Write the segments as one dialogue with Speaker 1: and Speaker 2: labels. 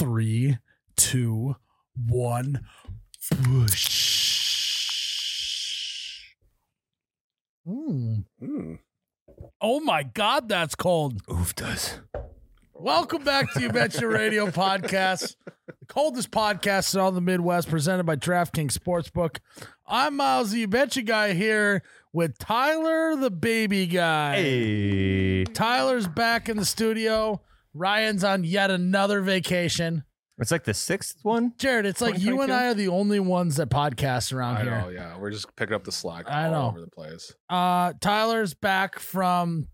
Speaker 1: three, two, one. Whoosh. Mm.
Speaker 2: Mm.
Speaker 1: Oh my God, that's cold.
Speaker 3: Hmm. Oof does.
Speaker 1: Welcome back to You Bet Your Radio podcast, the coldest podcast in all the Midwest, presented by DraftKings Sportsbook. I'm Miles, the You Betcha guy, here with Tyler, the baby guy.
Speaker 3: Hey.
Speaker 1: Tyler's back in the studio. Ryan's on yet another vacation.
Speaker 3: It's like the sixth one.
Speaker 1: Jared, it's like you and I are the only ones that podcast around
Speaker 2: I
Speaker 1: here.
Speaker 2: know. Yeah, we're just picking up the slack
Speaker 1: I
Speaker 2: all
Speaker 1: know.
Speaker 2: over the place.
Speaker 1: Uh, Tyler's back from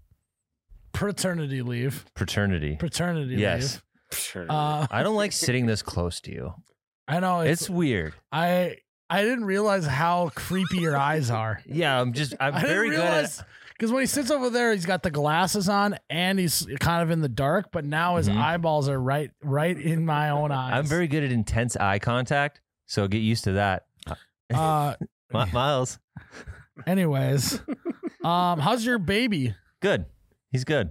Speaker 1: paternity leave.
Speaker 3: Fraternity.
Speaker 1: Paternity
Speaker 3: Yes.
Speaker 1: leave. Uh,
Speaker 3: I don't like sitting this close to you.
Speaker 1: I know it's,
Speaker 3: It's, weird.
Speaker 1: I I didn't realize how creepy your eyes are.
Speaker 3: Yeah, I'm just I'm
Speaker 1: I didn't
Speaker 3: very good
Speaker 1: realize
Speaker 3: at
Speaker 1: because when he sits over there, he's got the glasses on and he's kind of in the dark. But now his
Speaker 3: Mhm.
Speaker 1: eyeballs are right right in my own eyes.
Speaker 3: I'm very good at intense eye contact, so get used to that.
Speaker 1: Uh,
Speaker 3: Mi- Miles,
Speaker 1: anyways, um, how's your baby?
Speaker 3: good. He's good.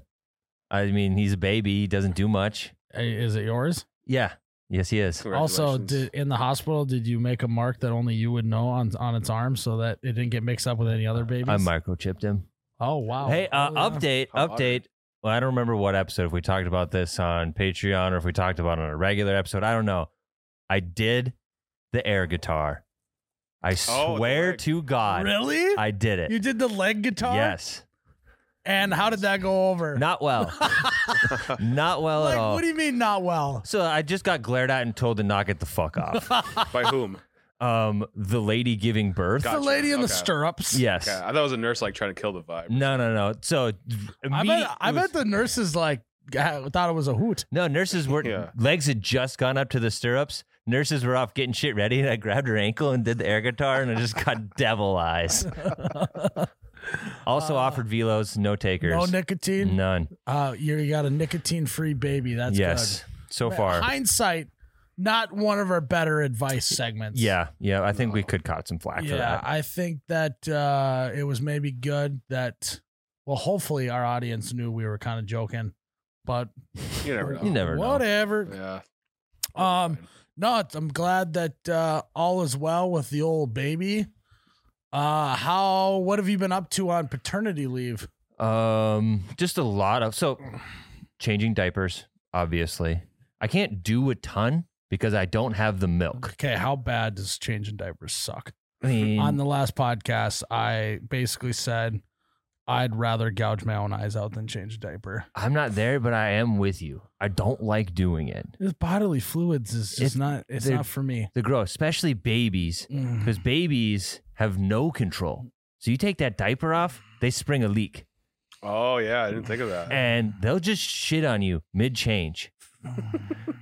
Speaker 3: I mean, he's a baby, he doesn't do much.
Speaker 1: Uh, Is it yours?
Speaker 3: Yeah. Yes, he is.
Speaker 1: Also,
Speaker 2: Congratulations.
Speaker 1: did, in the hospital, did you make a mark that only you would know on on its arm so that it didn't get mixed up with any other babies?
Speaker 3: I microchipped him.
Speaker 1: Oh wow!
Speaker 3: Hey, uh,
Speaker 1: Oh, yeah.
Speaker 3: update,
Speaker 2: How about
Speaker 3: update.
Speaker 2: it?
Speaker 3: Well, I don't remember what episode if we talked about this on Patreon or if we talked about it on a regular episode. I don't know. I did the air guitar. I
Speaker 2: Oh, the
Speaker 3: swear
Speaker 2: leg.
Speaker 3: to God,
Speaker 1: Really?
Speaker 3: I did it.
Speaker 1: you did the leg guitar?
Speaker 3: Yes,
Speaker 1: And how did that go over?
Speaker 3: not well, not well
Speaker 1: like,
Speaker 3: at all.
Speaker 1: what do you mean not well?
Speaker 3: so I just got glared at and told to knock it the fuck off.
Speaker 2: By whom?
Speaker 3: um, the lady giving birth.
Speaker 1: It's
Speaker 2: Gotcha.
Speaker 1: the lady in the
Speaker 2: Okay.
Speaker 1: stirrups.
Speaker 3: Yes.
Speaker 2: Okay, I thought it was a nurse like trying to kill the vibe.
Speaker 3: No, no, no. So
Speaker 1: I
Speaker 3: immediate-
Speaker 1: bet. I
Speaker 3: it was-
Speaker 1: bet the nurses like got- thought it was a hoot.
Speaker 3: No, nurses were
Speaker 2: Yeah.
Speaker 3: legs had just gone up to the stirrups. Nurses were off getting shit ready, and I grabbed her ankle and did the air guitar, and I just got devil eyes. Also
Speaker 1: Uh,
Speaker 3: offered velos, no takers,
Speaker 1: No nicotine.
Speaker 3: none.
Speaker 1: Uh, you you got a nicotine-free baby. That's
Speaker 3: yes, so
Speaker 1: good.
Speaker 3: far,
Speaker 1: hindsight, not one of our better advice segments.
Speaker 3: yeah, yeah. I think we could caught some flack for
Speaker 1: yeah.
Speaker 3: that.
Speaker 1: I think that uh, it was maybe good that. Well, hopefully our audience knew we were kind of joking, but
Speaker 2: You never know.
Speaker 3: You never know.
Speaker 1: whatever.
Speaker 2: Yeah.
Speaker 1: Um, No, it's, I'm glad that uh, all is well with the old baby. Uh, how? What have you been up to on paternity leave?
Speaker 3: Um, just a lot of so changing diapers. Obviously, I can't do a ton because I don't have the milk.
Speaker 1: Okay, how bad does changing diapers suck?
Speaker 3: I mean,
Speaker 1: on the last podcast, I basically said I'd rather gouge my own eyes out than change a diaper.
Speaker 3: I'm not there, but I am with you. I don't like doing it.
Speaker 1: This bodily fluids is just
Speaker 3: It's-
Speaker 1: not. It's
Speaker 3: they're-
Speaker 1: not for me.
Speaker 3: They're gross, especially babies.
Speaker 1: Mm.
Speaker 3: because babies have no control. So you take that diaper off, they spring a leak,
Speaker 2: Oh yeah, I didn't think of that.
Speaker 3: and they'll just shit on you mid change.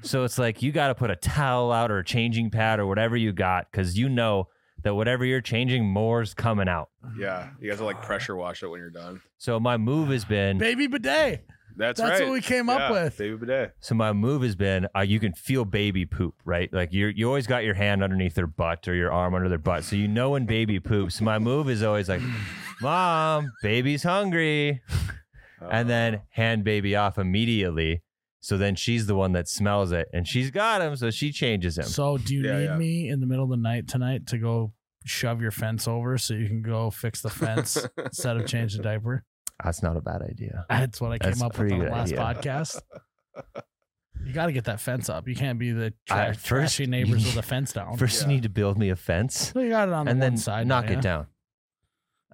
Speaker 3: So it's like you got to put a towel out or a changing pad or whatever you got because you know that whatever you're changing, more's coming out.
Speaker 2: Yeah, you guys to like pressure wash it when you're done.
Speaker 3: So my move has been.
Speaker 1: Baby bidet.
Speaker 2: That's,
Speaker 1: That's
Speaker 2: right.
Speaker 1: what we came
Speaker 2: Yeah,
Speaker 1: up with.
Speaker 2: baby bidet.
Speaker 3: So my move has been. Uh, you can feel baby poop, right? Like you, you always got your hand underneath their butt or your arm under their butt, so you know when baby poops. My move is always like, "Mom, baby's hungry."
Speaker 2: Uh,
Speaker 3: and then hand baby off immediately. So then she's the one that smells it, and she's got him, so she changes him.
Speaker 1: So, do you
Speaker 2: Yeah,
Speaker 1: need
Speaker 2: yeah.
Speaker 1: me in the middle of the night tonight to go shove your fence over so you can go fix the fence instead of change the diaper?
Speaker 3: That's not a bad idea.
Speaker 1: That's what I came
Speaker 3: That's
Speaker 1: up with
Speaker 3: pretty
Speaker 1: on the
Speaker 3: good
Speaker 1: last
Speaker 3: idea.
Speaker 1: podcast. You got to get that fence up. You can't be the
Speaker 3: I-
Speaker 1: tra-
Speaker 3: first-
Speaker 1: trashy neighbors with a fence down.
Speaker 3: First,
Speaker 2: Yeah.
Speaker 3: you need to build me a fence,
Speaker 1: so you got it Oh, on
Speaker 3: and
Speaker 1: the
Speaker 3: then
Speaker 1: one side.
Speaker 3: knock
Speaker 1: don't
Speaker 3: it
Speaker 1: you?
Speaker 3: down.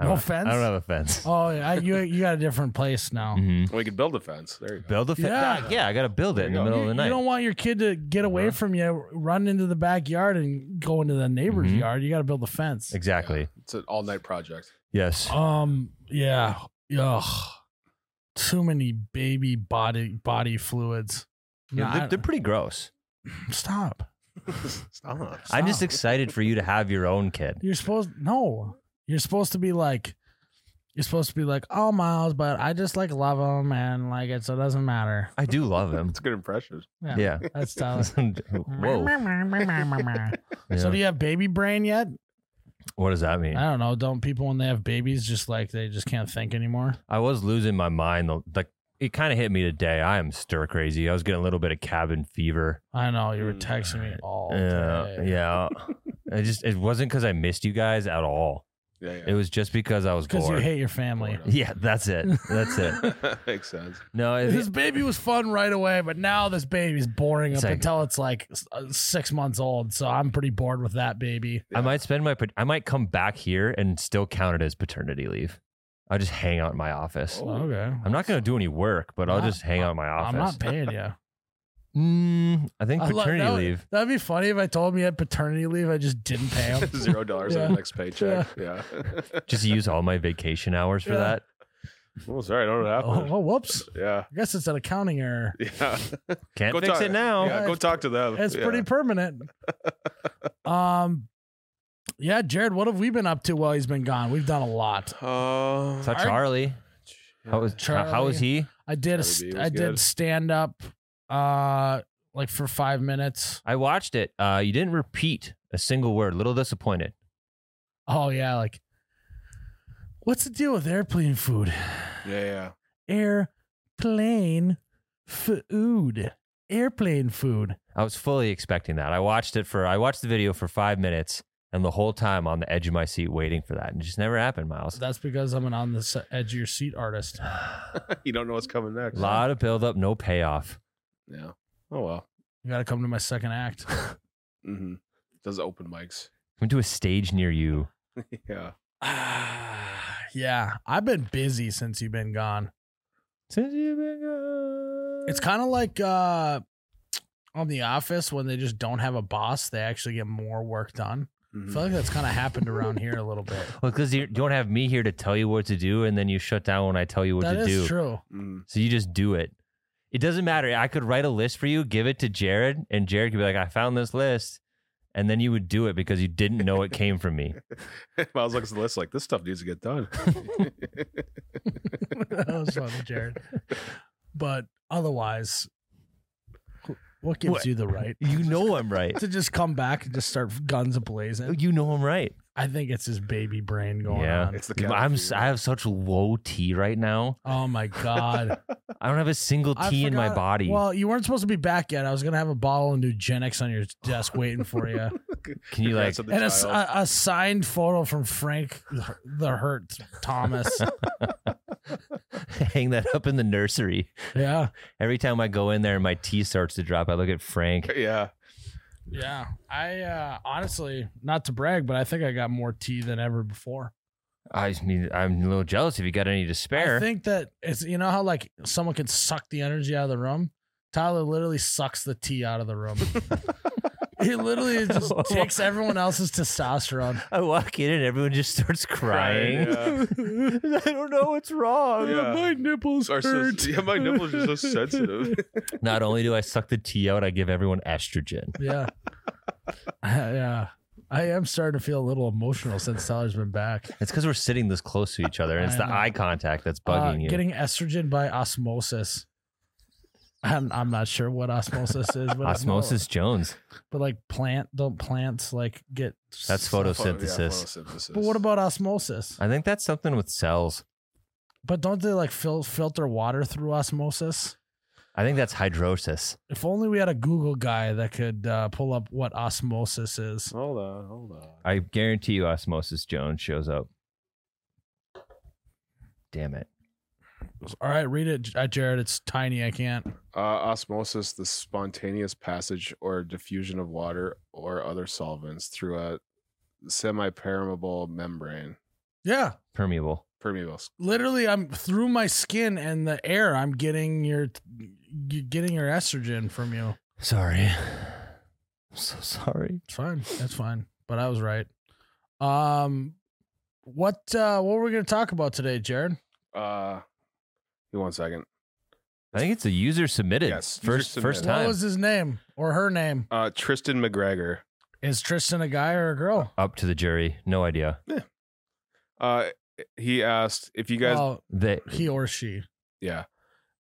Speaker 3: I
Speaker 1: No
Speaker 3: don't-
Speaker 1: fence?
Speaker 3: I don't have a fence.
Speaker 1: Oh, yeah, I, you you got a different place now.
Speaker 3: Mhm.
Speaker 2: we could build a fence. There you go.
Speaker 3: Build a fence.
Speaker 1: Yeah.
Speaker 3: Yeah. I gotta build it in the
Speaker 2: There you
Speaker 3: middle
Speaker 1: You,
Speaker 3: of the
Speaker 1: you
Speaker 3: night.
Speaker 1: don't want your kid to get away
Speaker 2: Uh-huh.
Speaker 1: from you, run into the backyard and go into the neighbor's
Speaker 3: Mhm.
Speaker 1: yard. You got to build the fence.
Speaker 3: exactly.
Speaker 2: Yeah, It's an all night project.
Speaker 3: Yes.
Speaker 1: Um, yeah, ugh, too many baby body body fluids.
Speaker 3: Yeah,
Speaker 1: Nah,
Speaker 3: they're, they're pretty gross.
Speaker 1: I- stop.
Speaker 2: Stop.
Speaker 3: I'm just
Speaker 1: Stop.
Speaker 3: excited for you to have your own kid.
Speaker 1: You're supposed no. You're supposed to be like you're supposed to be like, oh Miles, but I just like love him and like it so it doesn't matter.
Speaker 3: I do love him.
Speaker 2: It's a good impression.
Speaker 3: Yeah.
Speaker 1: That's Tyler.
Speaker 3: Whoa.
Speaker 1: So
Speaker 3: Yeah.
Speaker 1: do you Uh, have baby brain yet?
Speaker 3: What does that mean?
Speaker 1: I don't know. Don't people when they have babies just like they just can't think anymore?
Speaker 3: I was losing my mind the- like it kind of hit me today. I am stir crazy. I was getting a little bit of cabin fever.
Speaker 1: I know you were
Speaker 2: Mm.
Speaker 1: texting me all
Speaker 3: Yeah,
Speaker 1: day.
Speaker 3: yeah. I just it wasn't because I missed you guys at all.
Speaker 2: Yeah, yeah.
Speaker 3: It was just because I was
Speaker 1: Because you
Speaker 3: bored.
Speaker 1: hate your family.
Speaker 2: Bored.
Speaker 3: yeah, that's it. That's it.
Speaker 2: Makes sense.
Speaker 3: No, it,
Speaker 1: This baby was fun right away, but now this baby's boring
Speaker 3: It's
Speaker 1: up
Speaker 3: like-
Speaker 1: until it's like s- uh, six months old. So I'm pretty bored with that baby.
Speaker 3: I might spend my pat- I might come back here and still count it as paternity leave. I'll just hang out in my office.
Speaker 2: Oh,
Speaker 1: okay.
Speaker 3: I'm not going to do any work, but I'll
Speaker 1: Not-
Speaker 3: just hang out in my
Speaker 1: I'm
Speaker 3: office.
Speaker 1: not paying you.
Speaker 3: mm, I think
Speaker 1: I lo-
Speaker 3: paternity
Speaker 1: that would-
Speaker 3: leave.
Speaker 1: That'd be funny if I told him he had paternity leave. I just didn't pay him.
Speaker 2: Zero dollars on
Speaker 1: Yeah.
Speaker 2: the next paycheck. Yeah.
Speaker 3: Just use all my vacation hours for
Speaker 1: Yeah.
Speaker 3: that.
Speaker 2: well, sorry, I don't know what
Speaker 1: oh,
Speaker 2: happened.
Speaker 1: oh, whoops.
Speaker 2: Yeah.
Speaker 1: I guess it's an accounting error.
Speaker 2: Yeah.
Speaker 3: Can't
Speaker 2: Go
Speaker 3: fix
Speaker 2: talk-
Speaker 3: it now.
Speaker 1: Yeah,
Speaker 2: Yeah, go
Speaker 1: it's
Speaker 2: talk to them.
Speaker 1: It's
Speaker 2: yeah.
Speaker 1: pretty permanent. um, yeah, Jared, what have we been up to while he's been gone? We've done a lot.
Speaker 2: Uh,
Speaker 3: Saw
Speaker 1: Aren't-
Speaker 3: Charlie. How was how, how was he?
Speaker 1: I did. A,
Speaker 2: Charlie B
Speaker 1: st-
Speaker 2: was
Speaker 1: I did
Speaker 2: good.
Speaker 1: stand up, uh, like for five minutes.
Speaker 3: I watched it. Uh, you didn't repeat a single word. Little disappointed.
Speaker 1: Oh yeah, like, what's the deal with airplane food?
Speaker 2: Yeah, yeah.
Speaker 1: Airplane food. Airplane food.
Speaker 3: I was fully expecting that. I watched it for I watched the video for five minutes and the whole time on the edge of my seat waiting for that. And it just never happened, Miles.
Speaker 1: That's because I'm an on the se- edge of your seat artist.
Speaker 2: you don't know what's coming next.
Speaker 3: A lot of buildup, no payoff.
Speaker 2: Yeah. Oh well.
Speaker 1: You got to come to my second act.
Speaker 2: Mm-hmm. Does open mics.
Speaker 3: Went to a stage near you.
Speaker 2: Yeah.
Speaker 1: Ah, yeah, I've been busy since you've been gone.
Speaker 3: Since you've been gone.
Speaker 1: It's kind of like uh, on The Office when they just don't have a boss, they actually get more work done. I
Speaker 2: Mhm.
Speaker 1: feel like that's kind of happened around here a little bit.
Speaker 3: well, because you don't have me here to tell you what to do, and then you shut down when I tell you what
Speaker 1: That
Speaker 3: to
Speaker 1: is
Speaker 3: do.
Speaker 1: true.
Speaker 2: Mhm.
Speaker 3: So you just do it. It doesn't matter. I could write a list for you, give it to Jared, and Jared could be like, I found this list. And then you would do it because you didn't know it came from me.
Speaker 2: Miles looks at the list like this stuff needs to get done.
Speaker 1: that was funny, Jared. But otherwise, wh- what gives
Speaker 3: What?
Speaker 1: you the right
Speaker 3: You know I'm right.
Speaker 1: to just come back and just start guns ablazing?
Speaker 3: You know I'm right.
Speaker 1: I think it's his baby brain going
Speaker 3: Yeah.
Speaker 1: on.
Speaker 2: it's the
Speaker 3: Dude,
Speaker 2: cat
Speaker 3: I'm
Speaker 2: food.
Speaker 3: s- I have such low T right now.
Speaker 1: Oh my god!
Speaker 3: I don't have a single
Speaker 1: I
Speaker 3: T in my
Speaker 1: forgot-
Speaker 3: body.
Speaker 1: Well, you weren't supposed to be back yet. I was gonna have a bottle of Nugenix on your desk waiting for you,
Speaker 3: Can you like
Speaker 2: Congrats on the
Speaker 1: and a, s-
Speaker 2: child.
Speaker 1: a- a signed photo from Frank the Hurt Thomas.
Speaker 3: hang that up in the nursery?
Speaker 1: yeah,
Speaker 3: Every time I go in there and my T starts to drop, I look at Frank.
Speaker 2: yeah.
Speaker 1: Yeah, I uh, honestly, not to brag, but I think I got more tea than ever before.
Speaker 3: I just mean, I'm a little jealous if you got any to spare.
Speaker 1: I think that it's you know how like someone can suck the energy out of the room. Tyler literally sucks the tea out of the room. he literally just takes everyone else's testosterone.
Speaker 3: I walk in and everyone just starts crying.
Speaker 2: Yeah.
Speaker 3: I don't know what's wrong.
Speaker 2: Yeah.
Speaker 1: My nipples
Speaker 2: Are so-
Speaker 1: hurt.
Speaker 2: yeah, my nipples are so sensitive.
Speaker 3: Not only do I suck the tea out, I give everyone estrogen.
Speaker 1: yeah, yeah. I am starting to feel a little emotional since Tyler's been back.
Speaker 3: It's because we're sitting this close to each other, and it's
Speaker 1: I
Speaker 3: the
Speaker 1: know.
Speaker 3: eye contact that's
Speaker 1: Uh,
Speaker 3: bugging you.
Speaker 1: Getting estrogen by osmosis. I'm, I'm not sure what osmosis is. But
Speaker 3: Osmosis Jones.
Speaker 1: But like plant, don't plants like get?
Speaker 3: That's
Speaker 2: Photo- yeah,
Speaker 3: photosynthesis.
Speaker 2: photosynthesis.
Speaker 1: But what about osmosis?
Speaker 3: I think that's something with cells.
Speaker 1: But don't they like fil- filter water through osmosis?
Speaker 3: I think that's hydrosis.
Speaker 1: If only we had a Google guy that could uh, pull up what osmosis is.
Speaker 2: Hold on, hold on.
Speaker 3: I guarantee you, Osmosis Jones shows up. Damn it.
Speaker 1: All right, read it, J- uh, Jared. It's tiny. I can't.
Speaker 2: Uh, osmosis, the spontaneous passage or diffusion of water or other solvents through a semi-permeable membrane.
Speaker 1: Yeah,
Speaker 3: Permeable.
Speaker 2: Permeable.
Speaker 1: literally, I'm through my skin and the air. I'm getting your, you getting your estrogen from you.
Speaker 3: Sorry. I'm so sorry.
Speaker 1: It's fine. That's fine. But I was right. Um, what uh, what were we gonna talk about today, Jared?
Speaker 2: Uh, give me one second.
Speaker 3: I think it's a user submitted.
Speaker 2: Yes, user
Speaker 3: first first
Speaker 2: submitted.
Speaker 1: What
Speaker 3: time.
Speaker 1: was his name or her name?
Speaker 2: Uh, Tristan McGregor.
Speaker 1: Is Tristan a guy or a girl?
Speaker 3: Up to the jury. No idea.
Speaker 2: Uh, he asked if you guys.
Speaker 1: well,
Speaker 3: They,
Speaker 1: he or she.
Speaker 2: Yeah.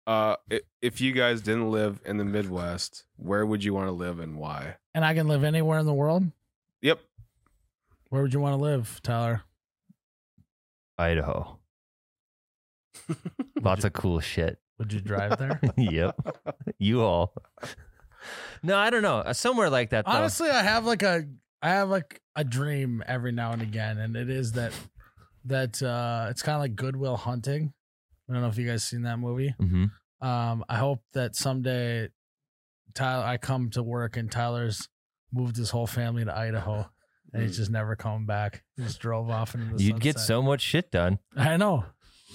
Speaker 2: Uh, i- if you guys didn't live in the Midwest, where would you want to live and why?
Speaker 1: And I can live anywhere in the world.
Speaker 2: Yep.
Speaker 1: Where would you want to live, Tyler?
Speaker 3: Idaho. Lots of cool shit.
Speaker 1: Would you drive there?
Speaker 3: yep. You all. No, I don't know. Uh, Somewhere like that. Though.
Speaker 1: Honestly, I have like a I have like a dream every now and again, and it is that that uh it's kind of like Goodwill Hunting. I don't know if you guys seen that movie.
Speaker 3: hmm
Speaker 1: Um, I hope that someday Tyler I come to work and Tyler's moved his whole family to Idaho and he's just never coming back. He just drove off into the
Speaker 3: Hmm. You'd get
Speaker 1: sunset.
Speaker 3: so much shit done.
Speaker 1: I know.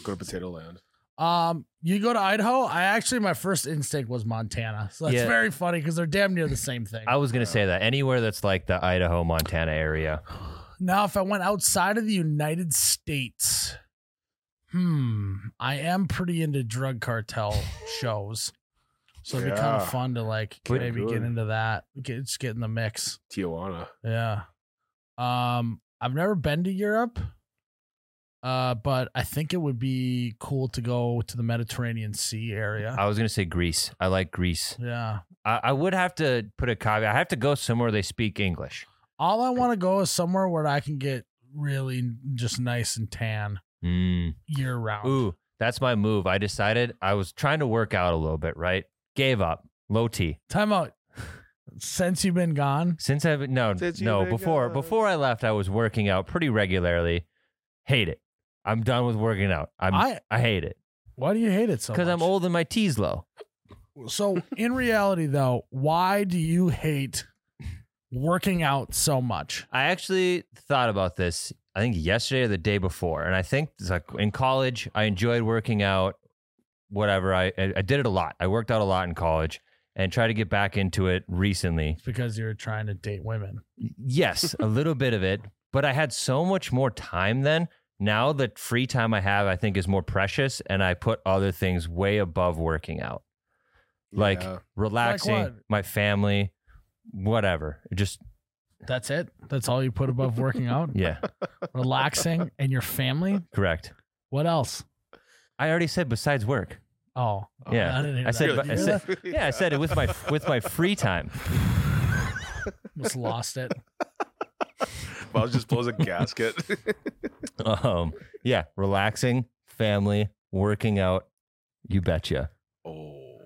Speaker 2: Go to Potato Land.
Speaker 1: Um, you go to Idaho. I actually my first instinct was Montana, so that's
Speaker 3: Yeah.
Speaker 1: very funny because they're damn near the same thing.
Speaker 3: I was gonna say that anywhere that's like the Idaho, Montana area.
Speaker 1: Now, if I went outside of the United States, hmm, I am pretty into drug cartel shows. So it'd be kind
Speaker 2: Yeah.
Speaker 1: of fun to like
Speaker 2: Good,
Speaker 1: maybe
Speaker 2: good.
Speaker 1: get into that. Get, just get in the mix.
Speaker 2: Tijuana.
Speaker 1: Yeah. Um, I've never been to Europe. Uh, but I think it would be cool to go to the Mediterranean Sea area.
Speaker 3: I was gonna say Greece. I like Greece.
Speaker 1: yeah.
Speaker 3: I, I would have to put a caveat. I have to go somewhere they speak English.
Speaker 1: All I want to go is somewhere where I can get really just nice and tan
Speaker 3: Mm.
Speaker 1: year round.
Speaker 3: Ooh, that's my move. I decided I was trying to work out a little bit, right? Gave up. Low T.
Speaker 1: Time out. Since you've been gone,
Speaker 3: Since I've no
Speaker 2: Did you
Speaker 3: no
Speaker 2: make
Speaker 3: before
Speaker 2: up?
Speaker 3: before I left, I was working out pretty regularly. Hate it. I'm done with working out. I'm I,
Speaker 1: I
Speaker 3: hate it
Speaker 1: why do you hate it so?
Speaker 3: because I'm
Speaker 1: much?
Speaker 3: old and my T's low.
Speaker 1: So in reality, though, why do you hate working out so much?
Speaker 3: I actually thought about this. I think yesterday or the day before, and I think it's like in college, I enjoyed working out. Whatever I I I did it a lot. I worked out a lot in college and tried to get back into it recently.
Speaker 1: It's because you're trying to date women.
Speaker 3: Yes, a little bit of it, but I had so much more time then. Now the free time I have, I think, is more precious, and I put other things way above working out, Like-
Speaker 2: Yeah.
Speaker 3: relaxing,
Speaker 1: what?
Speaker 3: my family, whatever. Just
Speaker 1: That's it. That's all you put above working out,
Speaker 3: yeah,
Speaker 1: relaxing, and your family.
Speaker 3: correct.
Speaker 1: What else?
Speaker 3: I already said besides work.
Speaker 1: Oh,
Speaker 3: Yeah.
Speaker 1: I didn't hear
Speaker 3: I
Speaker 1: that.
Speaker 3: said-
Speaker 1: You
Speaker 3: I
Speaker 1: hear
Speaker 3: said-
Speaker 1: that?
Speaker 3: Yeah, I said it with my with my free time.
Speaker 1: Almost lost it.
Speaker 2: Miles just blows a gasket.
Speaker 3: Um, yeah, relaxing, family, working out. You betcha.
Speaker 2: oh.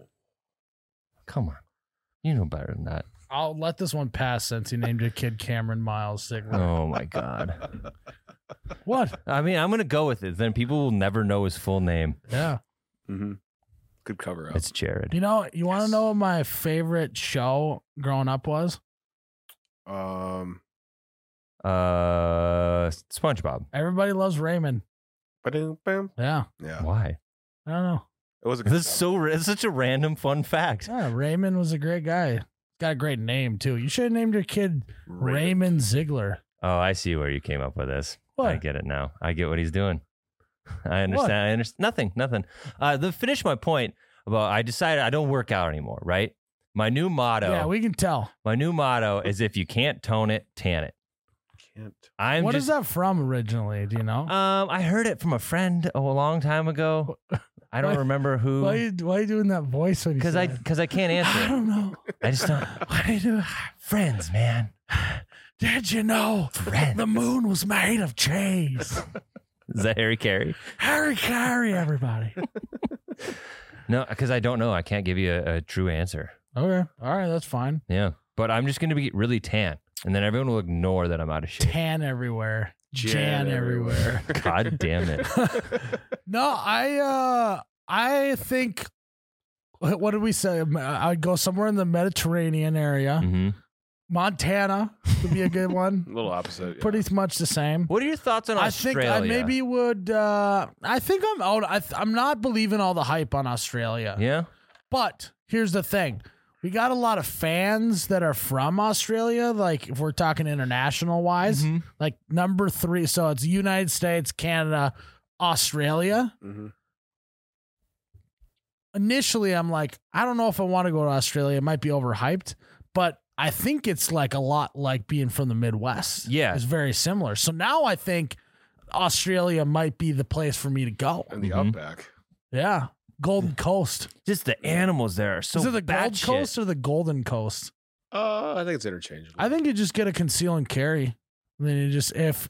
Speaker 3: Come on, you know better than that.
Speaker 1: I'll let this one pass since he named your kid Cameron Miles Sigler.
Speaker 3: Oh my god. Uh.
Speaker 1: What?
Speaker 3: I mean, I'm gonna go with it. Then people will never know his full name.
Speaker 1: Yeah.
Speaker 2: Mm-hmm. Good cover up.
Speaker 3: It's Jared.
Speaker 1: You know, you want to
Speaker 2: Yes.
Speaker 1: know what my favorite show growing up was?
Speaker 2: Um,
Speaker 3: Uh, SpongeBob.
Speaker 1: Everybody loves Raymond.
Speaker 2: ba-dum, bam.
Speaker 1: Yeah,
Speaker 2: yeah,
Speaker 3: Why?
Speaker 1: I don't know.
Speaker 2: it was a good
Speaker 3: This is
Speaker 2: song.
Speaker 3: so. ra- It's such a random fun fact.
Speaker 1: Yeah, Raymond was a great guy. Got a great name too. You should have named your kid
Speaker 2: Raymond.
Speaker 1: Raymond Ziegler.
Speaker 3: Oh, I see where you came up with this. I
Speaker 1: What?
Speaker 3: get it now. I get what he's doing. I understand. I understand. Nothing. Nothing. Uh, to finish my point about, I decided I don't work out anymore. Right. My new motto.
Speaker 1: Yeah, we can tell.
Speaker 3: my new motto is if you can't tone it, tan it.
Speaker 2: Can't.
Speaker 1: What
Speaker 3: I'm
Speaker 1: is
Speaker 3: just.
Speaker 1: that from originally? Do you know?
Speaker 3: Um, I heard it from a friend a long time ago. I don't
Speaker 1: Why-
Speaker 3: remember who.
Speaker 1: why, are you, why are you doing that voice when you?
Speaker 3: Because
Speaker 1: say
Speaker 3: Um, I
Speaker 1: that?
Speaker 3: because I can't
Speaker 1: I
Speaker 3: answer. it.
Speaker 1: don't know.
Speaker 3: I just don't.
Speaker 1: Why do you do?
Speaker 3: Friends, man.
Speaker 1: Did you know
Speaker 3: Friends.
Speaker 1: the moon was made of cheese?
Speaker 3: Is that Harry Carey?
Speaker 1: Harry Carey, everybody.
Speaker 3: No, because I don't know. I can't give you a, a true answer.
Speaker 1: Okay, all right, that's fine.
Speaker 3: Yeah, but I'm just gonna be really tan, and then everyone will ignore that I'm out of shape.
Speaker 1: Tan everywhere. Jan, everywhere.
Speaker 3: God damn it!
Speaker 1: No, I uh I think what did we say? uh, I'd go somewhere in the Mediterranean area.
Speaker 3: hmm
Speaker 1: Montana would be a good
Speaker 2: A
Speaker 1: one.
Speaker 2: little opposite. yeah.
Speaker 1: Pretty much the same.
Speaker 3: What are your thoughts on
Speaker 1: I think
Speaker 3: Australia?
Speaker 1: I maybe would. Uh, I think I'm out. I th- I'm not believing all the hype on Australia.
Speaker 3: Yeah.
Speaker 1: But here's the thing: we got a lot of fans that are from Australia. Like if we're talking international wise,
Speaker 3: Mhm.
Speaker 1: like number three. So it's United States, Canada, Australia.
Speaker 2: Mhm.
Speaker 1: initially I'm like, I don't know if I want to go to Australia. It might be overhyped, but I think it's like a lot like being from the Midwest.
Speaker 3: Yeah.
Speaker 1: It's very similar. So now I think Australia might be the place for me to go.
Speaker 2: And the
Speaker 3: Mhm.
Speaker 2: outback.
Speaker 1: Yeah. Golden Coast.
Speaker 3: Just the animals there are so.
Speaker 1: Is it the Gold
Speaker 3: batshit.
Speaker 1: Coast or the Golden Coast?
Speaker 2: Uh, I think it's interchangeable.
Speaker 1: I think you just get a conceal and carry. And then you just if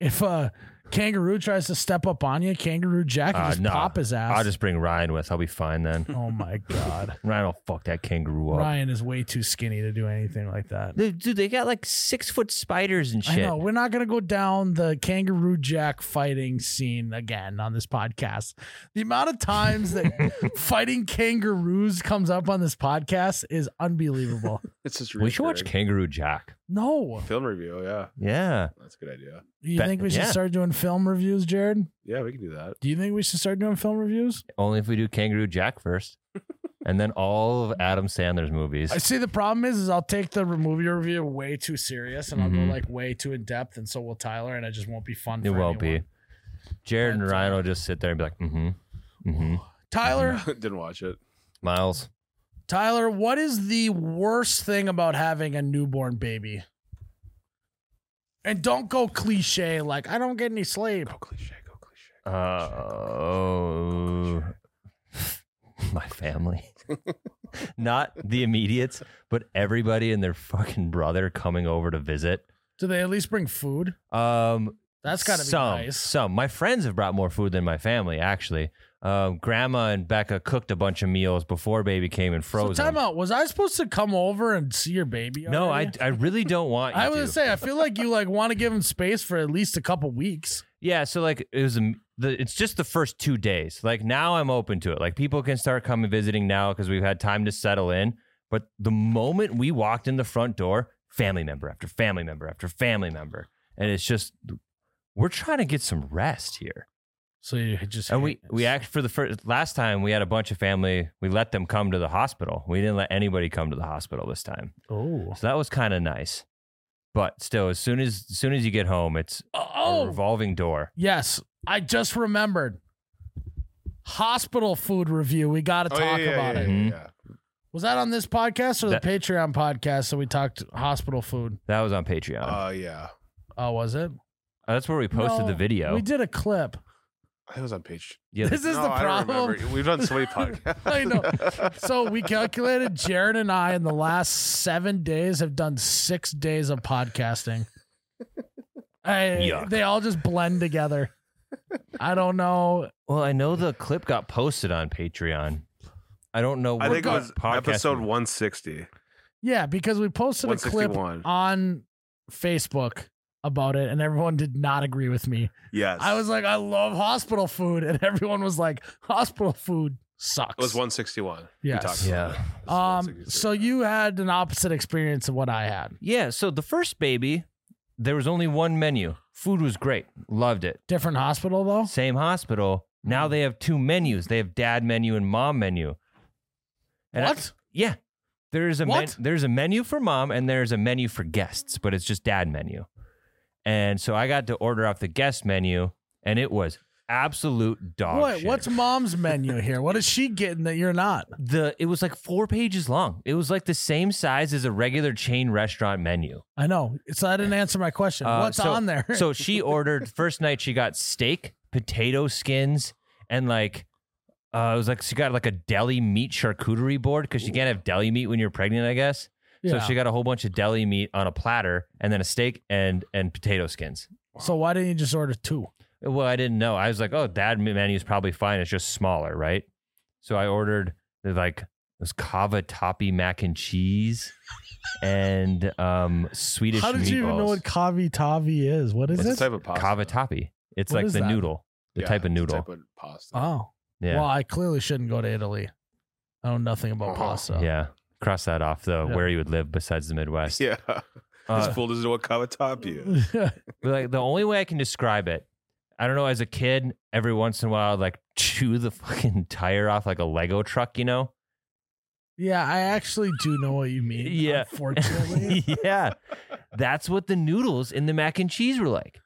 Speaker 1: if uh kangaroo tries to step up on you, kangaroo Jack, and
Speaker 3: Uh,
Speaker 1: just
Speaker 3: no.
Speaker 1: pop his ass.
Speaker 3: I'll just bring Ryan with. I'll be fine then.
Speaker 1: oh my god,
Speaker 3: Ryan will fuck that kangaroo up.
Speaker 1: Ryan is way too skinny to do anything like that.
Speaker 3: Dude, dude, they got like six foot spiders and
Speaker 1: I
Speaker 3: shit.
Speaker 1: know. We're not going to go down the kangaroo jack fighting scene again on this podcast. The amount of times that fighting kangaroos comes up on this podcast is unbelievable.
Speaker 2: It's just
Speaker 3: We should watch
Speaker 2: reoccurring.
Speaker 3: Kangaroo Jack.
Speaker 1: No.
Speaker 2: film review. Yeah,
Speaker 3: Yeah.
Speaker 2: that's a good idea.
Speaker 1: You
Speaker 3: That-
Speaker 1: think we should
Speaker 3: yeah.
Speaker 1: start doing film reviews, Jared?
Speaker 2: Yeah, we can do that.
Speaker 1: Do you think we should start doing film reviews?
Speaker 3: Only if we do Kangaroo Jack first. and then all of Adam Sandler's movies.
Speaker 1: I see the problem is, is I'll take the re- movie review way too serious and I'll
Speaker 3: Mhm.
Speaker 1: go like way too in depth, and so will Tyler, and it just won't be fun.
Speaker 3: it
Speaker 1: for
Speaker 3: won't
Speaker 1: anyone.
Speaker 3: be. Jared and
Speaker 1: That's-
Speaker 3: Ryan will just sit there and be like, mm hmm. Mm hmm.
Speaker 1: Tyler,
Speaker 2: Didn't watch it.
Speaker 3: Miles.
Speaker 1: Tyler, what is the worst thing about having a newborn baby? And don't go cliche like I don't get any sleep.
Speaker 2: Go cliche. Go cliche.
Speaker 3: Uh,
Speaker 2: Uh,
Speaker 3: oh. my family. Not the immediates, but everybody and their fucking brother coming over to visit.
Speaker 1: Do they at least bring food?
Speaker 3: Um,
Speaker 1: That's got to be
Speaker 3: some,
Speaker 1: nice.
Speaker 3: Some. My friends have brought more food than my family, actually. Um, Grandma and Becca cooked a bunch of meals before baby came and
Speaker 1: So
Speaker 3: froze
Speaker 1: time
Speaker 3: them.
Speaker 1: out. Was I supposed to come over and see your baby?
Speaker 3: No, I,
Speaker 1: already?
Speaker 3: I really don't want you
Speaker 1: I
Speaker 3: to.
Speaker 1: was say I feel like you like want to give him space for at least a couple weeks.
Speaker 3: yeah, so like it was a, the, it's just the first two days. Like now I'm open to it. Like people can start coming visiting now because we've had time to settle in. But the moment we walked in the front door, family member after family member after family member, and it's just we're trying to get some rest here.
Speaker 1: So you just
Speaker 3: And we
Speaker 1: hate-
Speaker 3: we act for the first last time we had a bunch of family. We let them come to the hospital. We didn't let anybody come to the hospital this time.
Speaker 1: oh
Speaker 3: So that was kind of nice. But still, as soon as, as soon as you get home, it's a
Speaker 1: oh
Speaker 3: revolving door.
Speaker 1: yes, I just remembered hospital food review. We got to
Speaker 2: oh,
Speaker 1: talk about it.
Speaker 3: yeah. Mhm.
Speaker 1: Was that on this podcast or
Speaker 3: That-
Speaker 1: the Patreon podcast that we talked hospital food?
Speaker 3: That was on Patreon.
Speaker 2: Uh, yeah.
Speaker 1: Oh, was it?
Speaker 3: That's where we posted
Speaker 1: No,
Speaker 3: the video.
Speaker 1: We did a clip.
Speaker 2: I think it was on page.
Speaker 3: yeah,
Speaker 1: This is
Speaker 2: No,
Speaker 1: the
Speaker 2: I don't
Speaker 1: problem.
Speaker 2: remember. We've done so many podcasts.
Speaker 1: I know. So we calculated Jared and I in the last seven days have done six days of podcasting. I,
Speaker 3: Yuck.
Speaker 1: they all just blend together. I don't know.
Speaker 3: well, I know the clip got posted on Patreon. I don't know.
Speaker 2: I
Speaker 3: what
Speaker 2: think it was
Speaker 3: podcast
Speaker 2: episode
Speaker 3: we-
Speaker 2: 160,
Speaker 1: Yeah, because we posted a clip
Speaker 2: 161.
Speaker 1: on Facebook about it and everyone did not agree with me.
Speaker 2: Yes,
Speaker 1: I was like, I love hospital food. And everyone was like, hospital food sucks.
Speaker 2: It was 161. We
Speaker 1: Yes.
Speaker 2: talked about
Speaker 3: Yeah.
Speaker 2: it. This is
Speaker 1: Um,
Speaker 2: 162.
Speaker 1: so you had an opposite experience of what I had.
Speaker 3: Yeah. So the first baby, there was only one menu. Food was great. Loved it.
Speaker 1: Different hospital though.
Speaker 3: same hospital. Now they have two menus. They have dad menu and mom menu. And I-
Speaker 1: what?
Speaker 3: yeah. There's a men-
Speaker 1: What?
Speaker 3: there's a menu for mom and there's a menu for guests, but it's just dad menu. And so I got to order off the guest menu and it was absolute dog
Speaker 1: What?
Speaker 3: shit.
Speaker 1: What's mom's menu here? What is she getting that you're not?
Speaker 3: the it was like 4 pages long. It was like the same size as a regular chain restaurant menu.
Speaker 1: I know. So I didn't answer my question.
Speaker 3: Uh,
Speaker 1: What's
Speaker 3: so-
Speaker 1: on there?
Speaker 3: so she ordered first night she got steak potato skins and like uh, it was like she got like a deli meat charcuterie board because you can't have deli meat when you're pregnant i guess
Speaker 1: yeah.
Speaker 3: so she got a whole bunch of deli meat on a platter and then a steak and and potato skins
Speaker 1: So why didn't you just order two?
Speaker 3: well i didn't know i was like oh that menu is probably fine it's just smaller right so i ordered the, like it was kava tapi mac and cheese and um swedish
Speaker 1: How did you even know
Speaker 3: meatballs.
Speaker 1: what kavi tavi is? What is
Speaker 2: it's
Speaker 1: it?
Speaker 2: a type of pasta.
Speaker 3: Kava tapi. It's
Speaker 1: What
Speaker 3: like
Speaker 1: is
Speaker 3: the
Speaker 1: that?
Speaker 3: noodle, the
Speaker 2: Yeah,
Speaker 3: type of
Speaker 2: it's a
Speaker 3: noodle.
Speaker 2: Type of pasta.
Speaker 1: oh,
Speaker 3: yeah,
Speaker 1: well, I clearly shouldn't go to Italy. I know nothing about
Speaker 2: Oh,
Speaker 1: pasta.
Speaker 3: yeah. Cross that off though.
Speaker 1: Yeah.
Speaker 3: Where you would live besides the Midwest.
Speaker 2: Yeah,
Speaker 3: Uh,
Speaker 2: this fool doesn't know what cavatappi is.
Speaker 3: but, like the only way I can describe it, I don't know. As a kid, every once in a while, I'd, like chew the fucking tire off like a Lego truck, you know?
Speaker 1: yeah, I actually do know what you mean.
Speaker 3: Yeah.
Speaker 1: Unfortunately.
Speaker 3: yeah, that's what the noodles in the mac and cheese were like.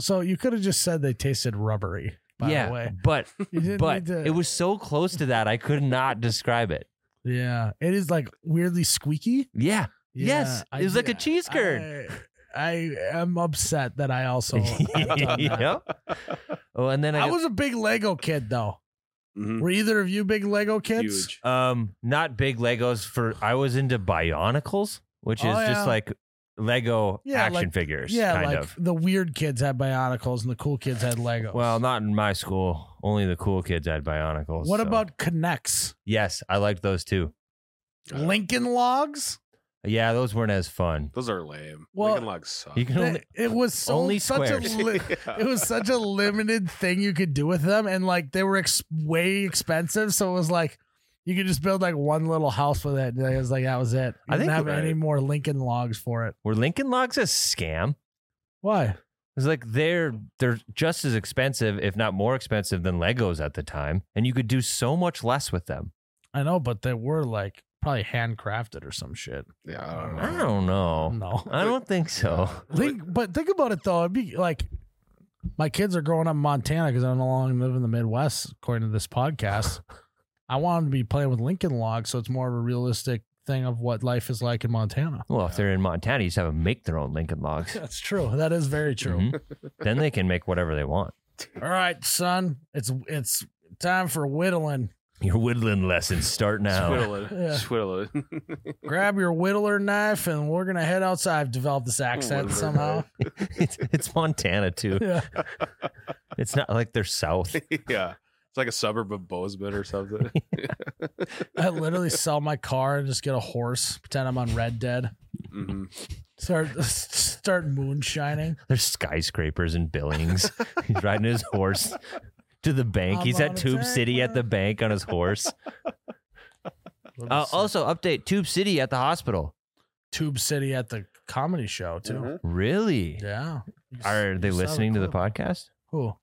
Speaker 1: so you could have just said they tasted rubbery, by
Speaker 3: yeah,
Speaker 1: the way.
Speaker 3: but
Speaker 1: You didn't
Speaker 3: but
Speaker 1: need to-
Speaker 3: it was so close to that I could not describe it.
Speaker 1: Yeah, it is like weirdly squeaky.
Speaker 3: Yeah,
Speaker 1: Yeah,
Speaker 3: Yes, it was like a
Speaker 1: yeah,
Speaker 3: cheese curd.
Speaker 1: I, I am upset that I also. have done that.
Speaker 3: Yep. Oh, and then I,
Speaker 1: I
Speaker 3: got- Mm.
Speaker 1: was a big Lego kid, though.
Speaker 2: Mhm.
Speaker 1: Were either of you big Lego kids?
Speaker 2: Huge.
Speaker 3: Um, not big Legos for I was into Bionicles, which is
Speaker 1: Oh, yeah.
Speaker 3: just like Lego
Speaker 1: Yeah,
Speaker 3: action
Speaker 1: like-
Speaker 3: figures,
Speaker 1: yeah,
Speaker 3: kind
Speaker 1: like
Speaker 3: of.
Speaker 1: the weird kids had Bionicles and the cool kids had Legos.
Speaker 3: Well, not in my school. Only the cool kids had Bionicles.
Speaker 1: what
Speaker 3: so-
Speaker 1: about Connects?
Speaker 3: Yes, I liked those too. Uh,
Speaker 1: Lincoln Logs?
Speaker 3: Yeah, those weren't as fun.
Speaker 2: Those are lame.
Speaker 1: Well,
Speaker 2: Lincoln Logs suck.
Speaker 3: You can
Speaker 1: That-
Speaker 3: only
Speaker 1: it was so,
Speaker 3: only
Speaker 1: such a
Speaker 3: squares.
Speaker 1: li- it was such a limited thing you could do with them, and like they were ex- way expensive, so it was like you could just build like one little house with it. And it was like that was it. You
Speaker 3: I
Speaker 1: didn't
Speaker 3: think-
Speaker 1: have any
Speaker 2: right.
Speaker 1: more Lincoln Logs for it.
Speaker 3: were Lincoln Logs a scam.
Speaker 1: Why?
Speaker 3: It's like they're they're just as expensive, if not more expensive, than Legos at the time, and you could do so much less with them.
Speaker 1: I know, but they were like probably handcrafted or some shit.
Speaker 2: yeah, I don't know.
Speaker 3: I don't know.
Speaker 1: No.
Speaker 3: I don't think so.
Speaker 1: Think, but think about it though. It'd be like my kids are growing up in Montana because I no longer live in the Midwest, according to this podcast. I want them to be playing with Lincoln Logs, so it's more of a realistic thing of what life is like in Montana.
Speaker 3: Well, if they're in Montana, you just have them make their own Lincoln Logs.
Speaker 1: That's true. That is very true.
Speaker 3: Mhm. then they can make whatever they want.
Speaker 1: All right, son. It's it's time for whittling.
Speaker 3: Your woodland lessons start now.
Speaker 2: Swiddle it.
Speaker 1: Yeah.
Speaker 2: Swiddle it.
Speaker 1: Grab your whittler knife, and we're gonna head outside. I've developed this accent
Speaker 2: Whittler
Speaker 1: somehow.
Speaker 3: it's, it's Montana too.
Speaker 1: Yeah.
Speaker 3: It's not like they're south.
Speaker 2: yeah. It's like a suburb of Bozeman or something.
Speaker 1: I literally sell my car and just get a horse. Pretend I'm on Red Dead.
Speaker 2: hmm
Speaker 1: Start start moonshining.
Speaker 3: There's skyscrapers and Billings. He's riding his horse to the bank.
Speaker 1: I'm
Speaker 3: He's
Speaker 1: on
Speaker 3: at
Speaker 1: a
Speaker 3: Tube
Speaker 1: tank,
Speaker 3: City at
Speaker 1: man.
Speaker 3: the bank on his horse. Uh, also, update Tube City at the hospital.
Speaker 1: Tube City at the comedy show too.
Speaker 3: Mm-hmm. Really?
Speaker 1: Yeah. You s-
Speaker 3: Are they
Speaker 1: you saw
Speaker 3: listening to the
Speaker 1: clip.
Speaker 3: podcast?
Speaker 1: Who?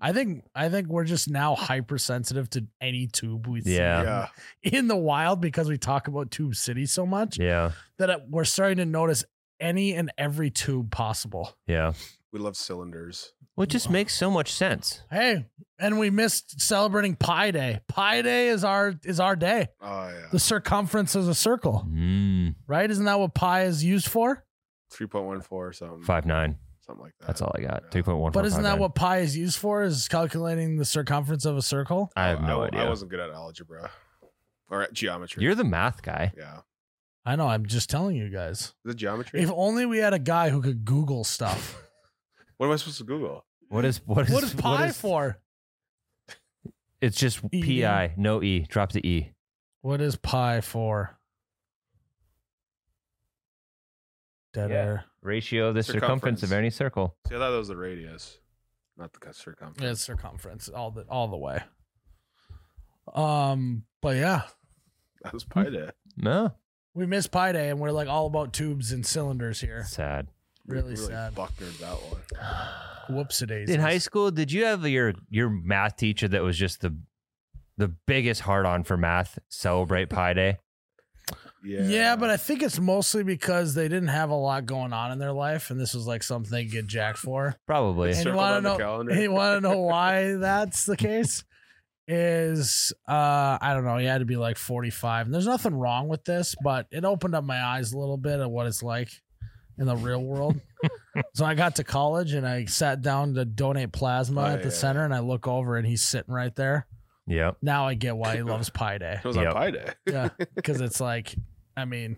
Speaker 1: I think I think we're just now hypersensitive to any tube we see
Speaker 3: Yeah.
Speaker 2: Yeah.
Speaker 1: in the wild because we talk about Tube City so much
Speaker 3: Yeah.
Speaker 1: that it- we're starting to notice any and every tube possible.
Speaker 3: Yeah.
Speaker 2: We love cylinders.
Speaker 3: Well, it just makes so much sense.
Speaker 1: Hey, and we missed celebrating Pi Day. Pi Day is our is our day.
Speaker 2: Oh yeah.
Speaker 1: The circumference is a circle,
Speaker 3: Mm,
Speaker 1: right? Isn't that what pi is used for?
Speaker 2: Three point one four or something.
Speaker 3: five nine.
Speaker 2: Something like that.
Speaker 3: That's all I got. Three point one.
Speaker 1: But isn't that what pi is used for? Is calculating the circumference of a circle?
Speaker 3: I have no
Speaker 2: Oh, I,
Speaker 3: idea.
Speaker 2: I wasn't good at algebra or at geometry.
Speaker 3: You're the math guy.
Speaker 2: yeah.
Speaker 1: I know. I'm just telling you guys.
Speaker 2: The geometry.
Speaker 1: If only we had a guy who could Google stuff.
Speaker 2: what am I supposed to Google?
Speaker 3: What is what is
Speaker 1: what is pi for?
Speaker 3: It's just
Speaker 1: E.
Speaker 3: pi, no e. Drop the e.
Speaker 1: What is pi for? Dead
Speaker 3: Yeah.
Speaker 1: air.
Speaker 3: Ratio of the circumference,
Speaker 2: Circumference.
Speaker 3: of any circle.
Speaker 2: See, I thought that was the radius, not the circumference.
Speaker 1: It's circumference all the all the way. Um, but yeah,
Speaker 2: That was pi day.
Speaker 3: No,
Speaker 1: we missed pi day, and we're like all about tubes and cylinders here.
Speaker 3: sad.
Speaker 1: Really
Speaker 2: really
Speaker 1: sad.
Speaker 2: Bucknered that one.
Speaker 1: Whoops, daisies.
Speaker 3: In high school, did you have your your math teacher that was just the the biggest hard on for math? Celebrate Pi Day.
Speaker 2: Yeah.
Speaker 1: Yeah. but I think it's mostly because they didn't have a lot going on in their life, and this was like something they could get jacked for.
Speaker 3: Probably.
Speaker 1: And you
Speaker 2: Circled
Speaker 1: wanna
Speaker 2: on the
Speaker 1: know-
Speaker 2: calendar.
Speaker 1: And you want to know why that's the case? Is uh I don't know. He had to be like 45, and there's nothing wrong with this, but it opened up my eyes a little bit of what it's like in the real world. so I got to college and I sat down to donate plasma
Speaker 2: Oh,
Speaker 1: at the
Speaker 2: yeah.
Speaker 1: center, and I look over and he's sitting right there.
Speaker 3: Yep.
Speaker 1: Now I get why he loves Pi Day
Speaker 2: it was
Speaker 3: Yep.
Speaker 2: on pi day.
Speaker 1: yeah because it's like i mean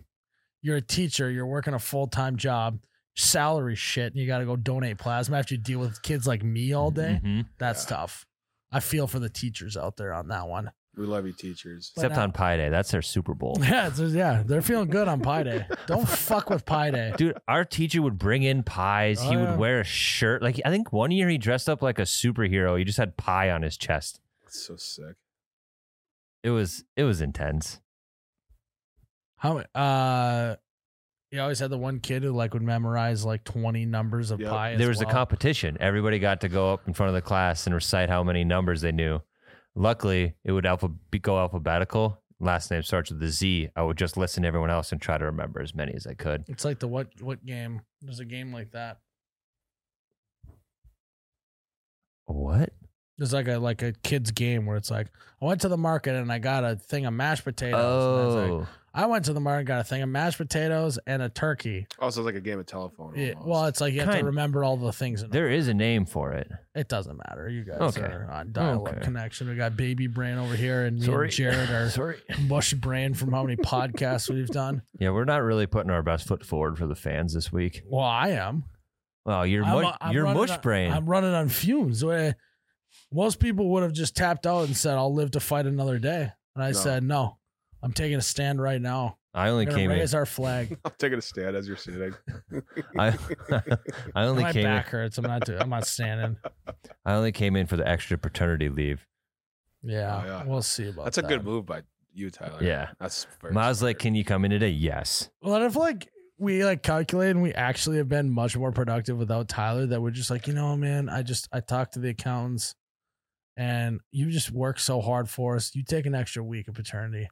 Speaker 1: you're a teacher you're working a full-time job salary shit and you gotta go donate plasma after you deal with kids like me all day
Speaker 3: Mhm.
Speaker 1: that's
Speaker 2: Yeah.
Speaker 1: tough i feel for the teachers out there on that one
Speaker 2: We love you, teachers.
Speaker 1: But
Speaker 3: Except
Speaker 1: now-
Speaker 3: on Pi Day, that's their Super Bowl.
Speaker 1: yeah it's- yeah they're feeling good on pi day don't fuck with pi day
Speaker 3: Dude, our teacher would bring in pies. he
Speaker 1: Oh,
Speaker 3: would
Speaker 1: yeah.
Speaker 3: wear a shirt. Like I think one year he dressed up like a superhero. He just had pie on his chest.
Speaker 2: It's so sick.
Speaker 3: It was it was intense.
Speaker 1: how uh you always had the one kid who like would memorize like 20 numbers of
Speaker 2: Yep.
Speaker 1: pi as
Speaker 3: there was a
Speaker 1: well.
Speaker 3: competition. Everybody got to go up in front of the class and recite how many numbers they knew. Luckily, it would alpha- be- go alphabetical. Last name starts with a Z. I would just listen to everyone else and try to remember as many as I could.
Speaker 1: it's like the what what game there's a game like that
Speaker 3: What?
Speaker 1: It's like a like a kid's game where it's like I went to the market and I got a thing of mashed potatoes. And it's like,
Speaker 3: Oh,
Speaker 1: I went to the market and got a thing of mashed potatoes and a turkey.
Speaker 2: Also, it's like a game of telephone.
Speaker 1: It-
Speaker 2: almost.
Speaker 1: well, it's like you have to
Speaker 3: Kind-
Speaker 1: remember all the things. In
Speaker 3: There is a name for it.
Speaker 1: it doesn't matter. You guys
Speaker 3: Okay.
Speaker 1: are on dial-up
Speaker 3: Okay.
Speaker 1: connection. We got baby brain over here, and, me and
Speaker 3: Sorry.
Speaker 1: Jared are
Speaker 3: Sorry.
Speaker 1: mush brain from how many podcasts we've done.
Speaker 3: Yeah, we're not really putting our best foot forward for the fans this week.
Speaker 1: Well, I am.
Speaker 3: Well, you're
Speaker 1: I'm-
Speaker 3: mush,
Speaker 1: I'm
Speaker 3: you're
Speaker 1: running
Speaker 3: mush
Speaker 1: on-
Speaker 3: brain.
Speaker 1: I'm running on fumes. Where most people would have just tapped out and said, "I'll live to fight another day," and I
Speaker 2: No.
Speaker 1: said, "No, I'm taking a stand right now.
Speaker 3: I only
Speaker 1: We're gonna
Speaker 3: came in.
Speaker 1: raise our flag."
Speaker 2: I'm taking a stand as you're sitting.
Speaker 3: I, I only
Speaker 1: My
Speaker 3: came. In,
Speaker 1: back hurts. I'm not. Doing, I'm not standing.
Speaker 3: I only came in for the extra paternity leave.
Speaker 1: Yeah,
Speaker 2: Oh, yeah.
Speaker 1: we'll see about
Speaker 2: That's a
Speaker 1: that.
Speaker 2: good move by you, Tyler.
Speaker 3: Yeah.
Speaker 2: that's very
Speaker 3: Ma's
Speaker 2: smart.
Speaker 3: like, can you come in today? Yes.
Speaker 1: Well, if like we like calculate and we actually have been much more productive without Tyler, that we're just like, you know, man, I just I talked to the accountants, and you just work so hard for us. You take an extra week of paternity,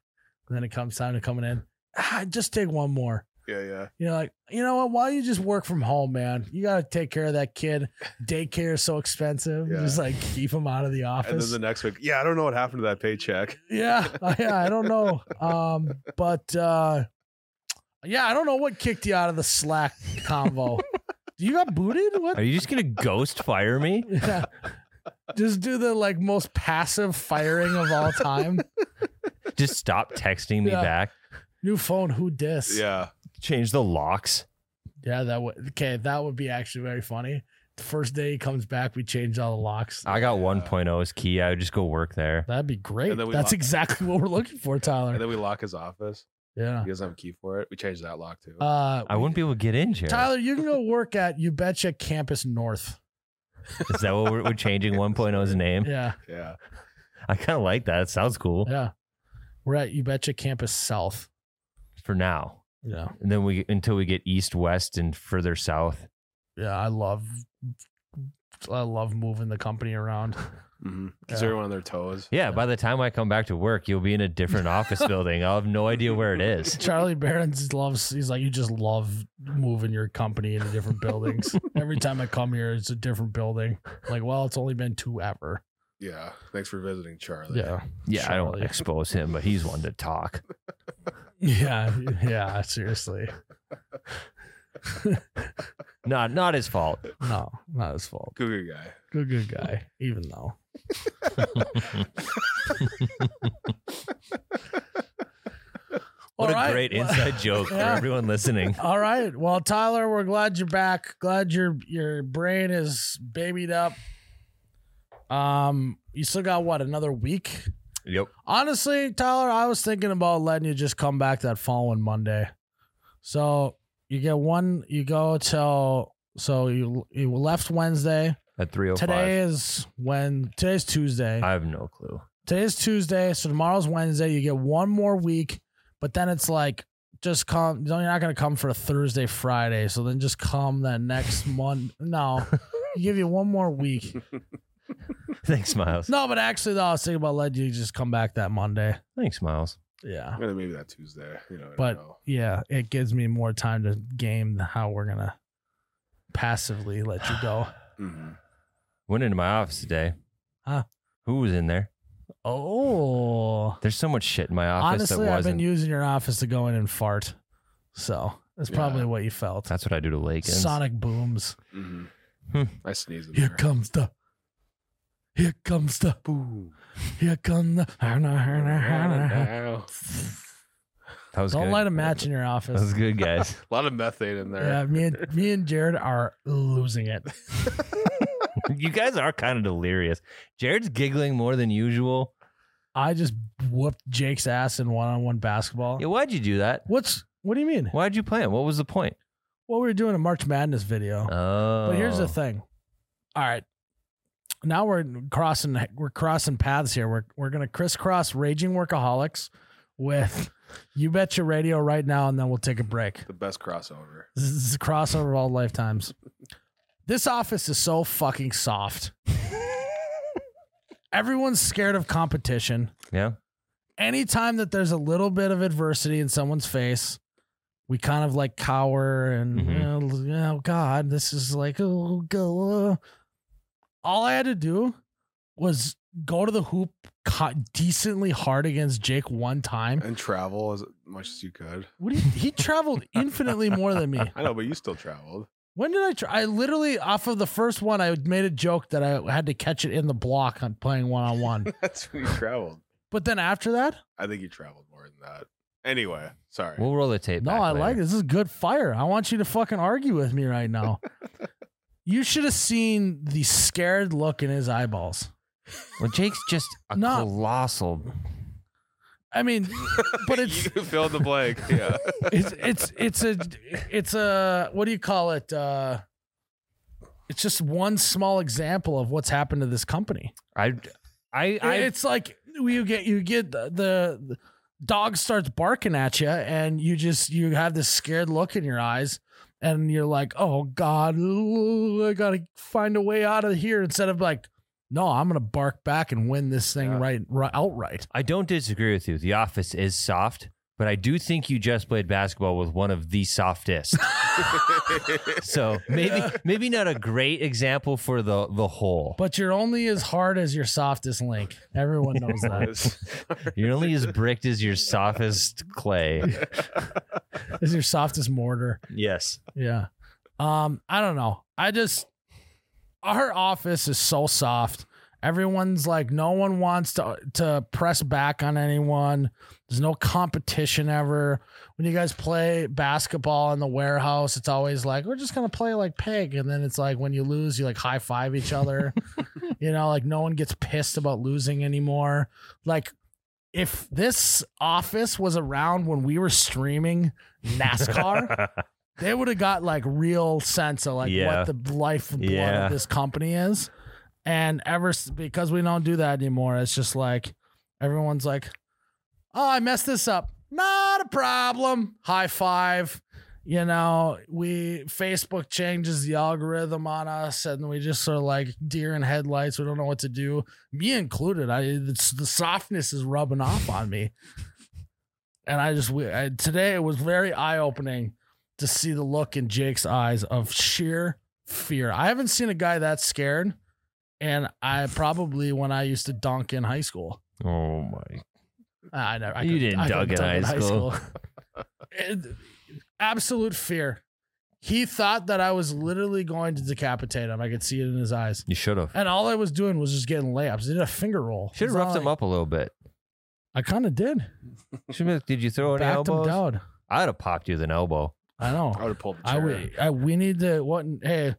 Speaker 1: and then it comes time to coming in. Ah, just take one more.
Speaker 2: yeah, yeah.
Speaker 1: You know, like you know what? Why don't you just work from home, man? You gotta take care of that kid. Daycare is so expensive.
Speaker 2: Yeah.
Speaker 1: Just like keep him out of the
Speaker 2: And then
Speaker 1: office.
Speaker 2: the next week, yeah, I don't know what happened to that paycheck.
Speaker 1: yeah, yeah. I don't know. Um, but uh, yeah, I don't know what kicked you out of the Slack convo. you got booted? What?
Speaker 3: Are you just gonna ghost fire me?
Speaker 1: Yeah. Just do the like most passive firing of all time.
Speaker 3: Just stop texting me
Speaker 1: Yeah.
Speaker 3: back.
Speaker 1: New phone? Who dis?
Speaker 2: Yeah,
Speaker 3: Change the locks.
Speaker 1: yeah. That would okay. That would be actually very funny. The first day he comes back, we change all the locks.
Speaker 3: I got
Speaker 2: Yeah.
Speaker 3: 1.0 as key. I would just go work there.
Speaker 1: That'd be great.
Speaker 2: And then we
Speaker 1: That's
Speaker 2: lock-
Speaker 1: exactly what we're looking for,
Speaker 2: and
Speaker 1: Tyler.
Speaker 2: then we lock his office.
Speaker 1: Yeah.
Speaker 2: He doesn't have a key for it. We changed that lock too.
Speaker 1: Uh,
Speaker 3: I wouldn't be able to get in, Jared.
Speaker 1: Tyler, you can go work at You Betcha Campus North.
Speaker 3: Is that what we're, we're changing 1.0's name?
Speaker 1: Yeah.
Speaker 2: yeah,
Speaker 3: I kind of like that. It sounds cool
Speaker 1: Yeah. We're at You Betcha Campus South.
Speaker 3: for now.
Speaker 1: Yeah.
Speaker 3: And then we until we get east, west, and further south.
Speaker 1: Yeah. I love, I love moving the company around.
Speaker 2: mm-hmm.
Speaker 1: Yeah.
Speaker 2: everyone on their toes.
Speaker 3: Yeah. By the time I come back to work, you'll be in a different office building. I'll have no idea where it is.
Speaker 1: Charlie Barron's loves, he's like, you just love moving your company into different buildings. Every time I come here, it's a different building. Like, well, it's only been two ever.
Speaker 2: Yeah. Thanks for visiting, Charlie.
Speaker 1: Yeah.
Speaker 3: Yeah, I don't
Speaker 1: Charlie.
Speaker 3: expose him, but he's one to talk.
Speaker 1: Yeah. Yeah. Seriously.
Speaker 3: Not not his fault.
Speaker 1: No, not his fault.
Speaker 2: Cougar guy.
Speaker 1: Good, good guy, even though.
Speaker 3: What
Speaker 1: All right.
Speaker 3: a great inside joke for
Speaker 1: Yeah.
Speaker 3: everyone listening.
Speaker 1: All right. Well, Tyler, we're glad you're back. Glad your your brain is babied up. Um, you still got what another week?
Speaker 3: Yep.
Speaker 1: Honestly, Tyler, I was thinking about letting you just come back that following Monday. So you get one. You go till so you you left Wednesday.
Speaker 3: At 305.
Speaker 1: Today is when today's Tuesday.
Speaker 3: I have no clue.
Speaker 1: Today's Tuesday, so tomorrow's Wednesday. You get one more week, but then it's like just come. No, you're not gonna come for a Thursday, Friday. So then just come that next month. No, give you one more week.
Speaker 3: Thanks, Miles.
Speaker 1: No, but actually, though, I was thinking about letting you just come back that Monday.
Speaker 3: Thanks, Miles.
Speaker 1: Yeah,
Speaker 2: Maybe- Maybe that Tuesday. You know. I don't
Speaker 1: But-
Speaker 2: know.
Speaker 1: yeah. It gives me more time to game how we're gonna passively let you go.
Speaker 2: Mhm.
Speaker 3: Went into my office today.
Speaker 1: Huh.
Speaker 3: Who was in there?
Speaker 1: Oh,
Speaker 3: There's so much shit in my office
Speaker 1: honestly,
Speaker 3: that
Speaker 1: I've
Speaker 3: wasn't.
Speaker 1: been using your office to go in and fart. So that's
Speaker 2: Yeah.
Speaker 1: probably what you felt.
Speaker 3: That's what I do to Lakins.
Speaker 1: Sonic booms.
Speaker 2: Mhm.
Speaker 3: Hmm.
Speaker 2: I sneezed. in
Speaker 1: Here
Speaker 2: there.
Speaker 1: comes the. Here comes the.
Speaker 2: Boom.
Speaker 1: Here comes the.
Speaker 2: Wow.
Speaker 3: That was
Speaker 1: Don't
Speaker 3: good.
Speaker 1: light a match in your
Speaker 3: That was
Speaker 1: office.
Speaker 3: good, guys.
Speaker 2: A lot of methane in there.
Speaker 1: Yeah, me and me and Jared are losing it.
Speaker 3: you guys are kind of delirious. Jared's giggling more than usual.
Speaker 1: I just whooped Jake's ass in one-on-one basketball.
Speaker 3: Yeah, why'd you do that?
Speaker 1: What's what do you mean?
Speaker 3: Why'd you play him? What was the point?
Speaker 1: Well, we were doing a March Madness video,
Speaker 3: Oh.
Speaker 1: but here's the thing. All right, now we're crossing we're crossing paths here. We're we're gonna crisscross raging workaholics with you bet your radio right now, and then we'll take a break.
Speaker 2: The best crossover.
Speaker 1: This is a crossover of all lifetimes. This office is so fucking soft. Everyone's scared of competition.
Speaker 3: Yeah.
Speaker 1: Anytime that there's a little bit of adversity in someone's face, we kind of like cower and oh, oh, uh. god, this is like oh go. All I had to do was go to the hoop caught decently hard against Jake one time.
Speaker 2: and travel as much as you could.
Speaker 1: What do you, he traveled infinitely more than me.
Speaker 2: I know, but you still traveled.
Speaker 1: When did I try? I literally off of the first one, I made a joke that I had to catch it in the block on playing one on one.
Speaker 2: That's when you traveled.
Speaker 1: But then after that,
Speaker 2: I think you traveled more than that. Anyway, sorry.
Speaker 3: We'll roll the tape.
Speaker 1: no,
Speaker 3: back
Speaker 1: I
Speaker 3: later.
Speaker 1: like it. this is good fire. I want you to fucking argue with me right now. you should have seen the scared look in his eyeballs.
Speaker 3: Well, Jake's just a
Speaker 1: No.
Speaker 3: colossal.
Speaker 1: I mean, but it's
Speaker 2: you filled the blank. Yeah.
Speaker 1: it's it's it's a it's a what do you call it? Uh, it's just one small example of what's happened to this company.
Speaker 3: I, I, I.
Speaker 1: it's like you get you get the, the the dog starts barking at you, and you just you have this scared look in your eyes, and you're like, oh god, ooh, I gotta find a way out of here. Instead of like, no, I'm gonna bark back and win this thing
Speaker 2: Yeah.
Speaker 1: right, right outright.
Speaker 3: I don't disagree with you. The office is soft, but I do think you just played basketball with one of the softest. so maybe maybe not a great example for the the whole.
Speaker 1: But you're only as hard as your softest link. Everyone knows that.
Speaker 3: You're only as bricked as your softest clay.
Speaker 1: is your softest mortar.
Speaker 3: Yes.
Speaker 1: Yeah. Um, I don't know. I just our office is so soft. Everyone's like, no one wants to to press back on anyone. There's no competition ever. When you guys play basketball in the warehouse, it's always like, we're just gonna play like pig. And then it's like when you lose, you like high five each other. you know, like no one gets pissed about losing anymore. Like if this office was around when we were streaming NASCAR, they would have got like real sense of like
Speaker 3: Yeah.
Speaker 1: what the life and blood
Speaker 3: Yeah.
Speaker 1: of this company is. And ever s- because we don't do that anymore, it's just like everyone's like, "Oh, I messed this up. Not a problem. High five. You know, we Facebook changes the algorithm on us, and we just sort of like deer in headlights. We don't know what to do. Me included. I it's, the softness is rubbing off on me, and I just we, I, today it was very eye opening to see the look in Jake's eyes of sheer fear. I haven't seen a guy that scared, and I probably when I used to dunk in high school.
Speaker 3: Oh my.
Speaker 1: I never. I
Speaker 3: You
Speaker 1: couldn't-
Speaker 3: didn't
Speaker 1: I
Speaker 3: dunk
Speaker 1: couldn't
Speaker 3: in high school.
Speaker 1: school. And absolute fear. He thought that I was literally going to decapitate him. I could see it in his eyes.
Speaker 3: You should have.
Speaker 1: And all I was doing was just getting layups. I did a finger roll.
Speaker 3: Should
Speaker 1: It's
Speaker 3: have
Speaker 1: not
Speaker 3: roughed him
Speaker 1: like-
Speaker 3: up a little bit.
Speaker 1: I kind of did.
Speaker 3: Should have, did you throw any
Speaker 1: Backed him
Speaker 3: elbows?
Speaker 1: down.
Speaker 3: I'd have popped you with an elbow.
Speaker 1: I
Speaker 2: I
Speaker 1: know.
Speaker 2: would have pulled the
Speaker 1: I,
Speaker 2: chair.
Speaker 1: we, I we need to what hey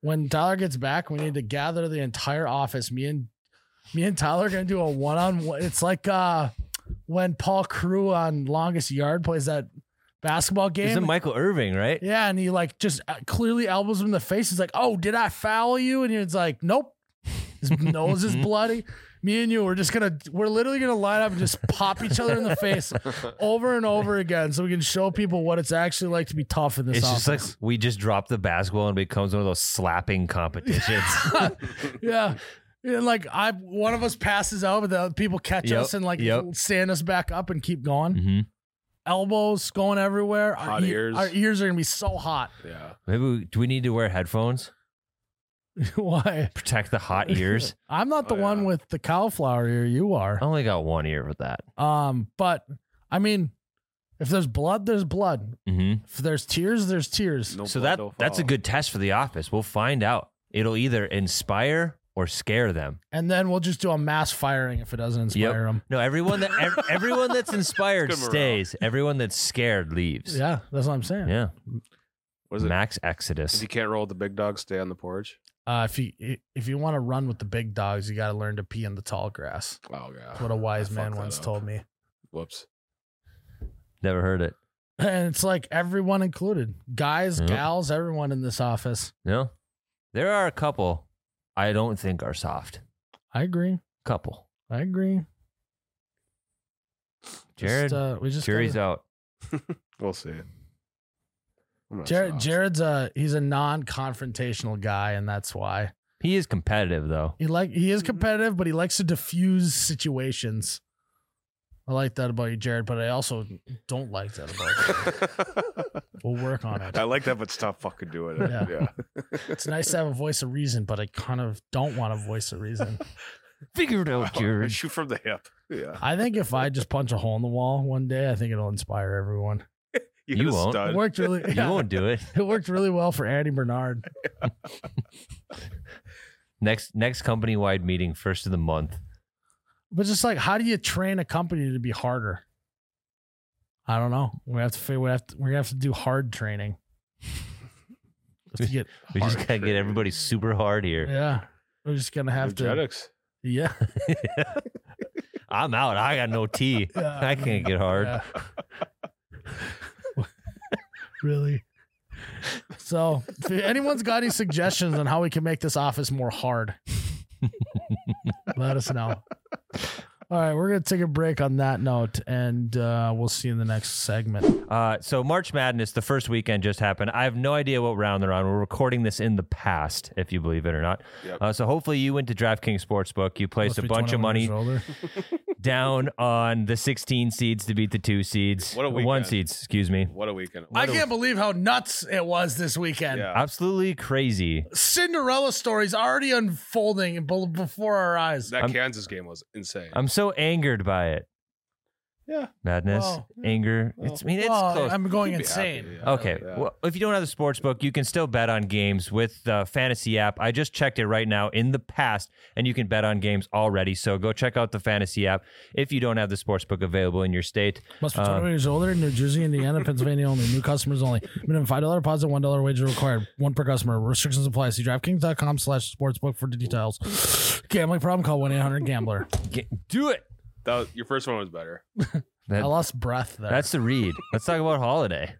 Speaker 1: when Tyler gets back, we need to gather the entire office. Me and me and Tyler are gonna do a one on one. It's like uh when Paul Crew on Longest Yard plays that basketball game.
Speaker 3: Isn't Michael Irving right?
Speaker 1: Yeah, and he like just uh, clearly elbows him in the face. He's like, "Oh, did I foul you?" And he's like, "Nope." His nose is bloody. Me and you, we're just gonna, we're literally gonna line up and just pop each other in the face over and over again, so we can show people what it's actually like to be tough in this.
Speaker 3: It's
Speaker 1: office.
Speaker 3: just like we just drop the basketball and it becomes one of those slapping competitions.
Speaker 1: yeah. And like I, one of us passes out, but the other people catch
Speaker 3: Yep,
Speaker 1: us and like
Speaker 3: yep.
Speaker 1: stand us back up and keep going.
Speaker 3: hmm
Speaker 1: Elbows going everywhere.
Speaker 2: Hot
Speaker 1: our, ea-
Speaker 2: ears.
Speaker 1: Our ears are gonna be so hot.
Speaker 2: Yeah.
Speaker 3: Maybe we, do we need to wear headphones?
Speaker 1: Why?
Speaker 3: Protect the hot ears.
Speaker 1: I'm not the
Speaker 2: Oh,
Speaker 1: one
Speaker 2: yeah.
Speaker 1: with the cauliflower ear. You are.
Speaker 3: I only got one ear with that.
Speaker 1: Um, but I mean, if there's blood, there's blood.
Speaker 3: hmm
Speaker 1: If there's tears, there's tears.
Speaker 2: No
Speaker 3: so
Speaker 2: blood,
Speaker 3: that
Speaker 2: no
Speaker 3: that's a
Speaker 2: foul.
Speaker 3: good test for the office. We'll find out. It'll either inspire or scare them.
Speaker 1: And then we'll just do a mass firing if it doesn't
Speaker 3: Yep.
Speaker 1: inspire them.
Speaker 3: No, everyone that ev- everyone that's inspired
Speaker 2: It's good morale.
Speaker 3: stays. Everyone that's scared leaves.
Speaker 1: Yeah, that's what I'm saying.
Speaker 3: Yeah.
Speaker 2: What is it?
Speaker 3: Max
Speaker 2: If
Speaker 3: Exodus.
Speaker 2: you can't roll with the big dog, stay on the porch.
Speaker 1: Uh, if you if you want to run with the big dogs, you got to learn to pee in the tall grass.
Speaker 2: Oh god.
Speaker 1: That's what a wise
Speaker 2: I
Speaker 1: man
Speaker 2: fucked that
Speaker 1: once
Speaker 2: up.
Speaker 1: told me.
Speaker 2: Whoops.
Speaker 3: Never heard it.
Speaker 1: And it's like everyone included, guys,
Speaker 3: Yep.
Speaker 1: gals, everyone in this office.
Speaker 3: No. There are a couple I don't think are soft.
Speaker 1: I agree.
Speaker 3: Couple.
Speaker 1: I agree.
Speaker 3: Jared,
Speaker 1: just, uh, we just
Speaker 3: jury's
Speaker 1: gotta-
Speaker 3: out.
Speaker 2: We'll see. I'm not
Speaker 1: Jared,
Speaker 2: soft.
Speaker 1: Jared's a he's a non-confrontational guy, and that's why.
Speaker 3: He is competitive though.
Speaker 1: He like he
Speaker 2: Mm-hmm.
Speaker 1: is competitive, but he likes to diffuse situations. I like that about you, Jared, but I also don't like that about you. We'll work on it.
Speaker 2: I like that, but stop fucking doing it.
Speaker 1: Yeah.
Speaker 2: Yeah.
Speaker 1: It's nice to have a voice of reason, but I kind of don't want a voice of reason.
Speaker 3: Figure it
Speaker 4: Oh,
Speaker 3: out, Jared.
Speaker 4: Shoot from the hip.
Speaker 2: Yeah.
Speaker 1: I think if I just punch a hole in the wall one day, I think it'll inspire everyone.
Speaker 3: You
Speaker 4: hit a
Speaker 3: won't.
Speaker 1: It
Speaker 4: stud.
Speaker 1: worked really.
Speaker 3: You
Speaker 1: yeah,
Speaker 3: won't do it.
Speaker 1: it worked really well for Andy Bernard.
Speaker 3: Next next company wide meeting, first of the month.
Speaker 1: But just like, how do you train a company to be harder? I don't know. We have to figure. We have to. We're gonna have to do hard training. Let's get.
Speaker 3: We just
Speaker 2: Hard
Speaker 3: gotta get
Speaker 2: training.
Speaker 3: everybody super hard here.
Speaker 1: Yeah, we're just gonna have to.
Speaker 2: Eugenics.
Speaker 1: Yeah,
Speaker 3: I'm out. I got no tea.
Speaker 1: Yeah.
Speaker 3: I can't get hard.
Speaker 1: Yeah. really. So, if anyone's got any suggestions on how we can make this office more hard, let us know. All right, we're going to take a break on that note and uh, we'll see you in the next segment.
Speaker 3: Uh, so March Madness, the first weekend just happened. I have no idea what round they're on. We're recording this in the past, if you believe it or not.
Speaker 2: Yep.
Speaker 3: Uh, so hopefully you went to DraftKings Sportsbook. You
Speaker 1: Must
Speaker 3: placed a
Speaker 1: be
Speaker 3: bunch of
Speaker 1: 21
Speaker 3: money
Speaker 1: years older.
Speaker 3: down on the 16 seeds to beat the two seeds.
Speaker 4: What a
Speaker 3: One
Speaker 4: weekend.
Speaker 3: seeds, excuse me.
Speaker 4: What a weekend.
Speaker 1: I can't believe how nuts it was this weekend.
Speaker 4: Yeah.
Speaker 3: Absolutely crazy.
Speaker 1: Cinderella stories already unfolding be- before our eyes.
Speaker 2: That
Speaker 3: I'm-
Speaker 2: Kansas game was insane.
Speaker 3: I'm so angered by it.
Speaker 2: Yeah.
Speaker 3: Madness,
Speaker 1: Well,
Speaker 3: anger.
Speaker 2: well,
Speaker 3: it's I mean it's
Speaker 1: Well,
Speaker 3: close.
Speaker 1: I'm going
Speaker 2: You'd be
Speaker 1: insane.
Speaker 2: happy, yeah.
Speaker 3: Okay.
Speaker 2: Yeah.
Speaker 3: Well, if you don't have the sports book, you can still bet on games with the fantasy app. I just checked it right now in the past, and you can bet on games already. So go check out the fantasy app if you don't have the sports book available in your state.
Speaker 1: Must be
Speaker 3: Uh,
Speaker 1: 21 years older. New Jersey, Indiana, Pennsylvania only. New customers only. Minimum five dollar deposit, one dollar wager required. One per customer. Restrictions apply. See DraftKings.com/sportsbook slash sportsbook for details. Gambling problem? Call one eight hundred Gambler.
Speaker 3: Get, do it.
Speaker 2: That was, your first one was better.
Speaker 1: I
Speaker 3: That-
Speaker 1: lost breath there.
Speaker 3: that's the read. Let's talk about holiday.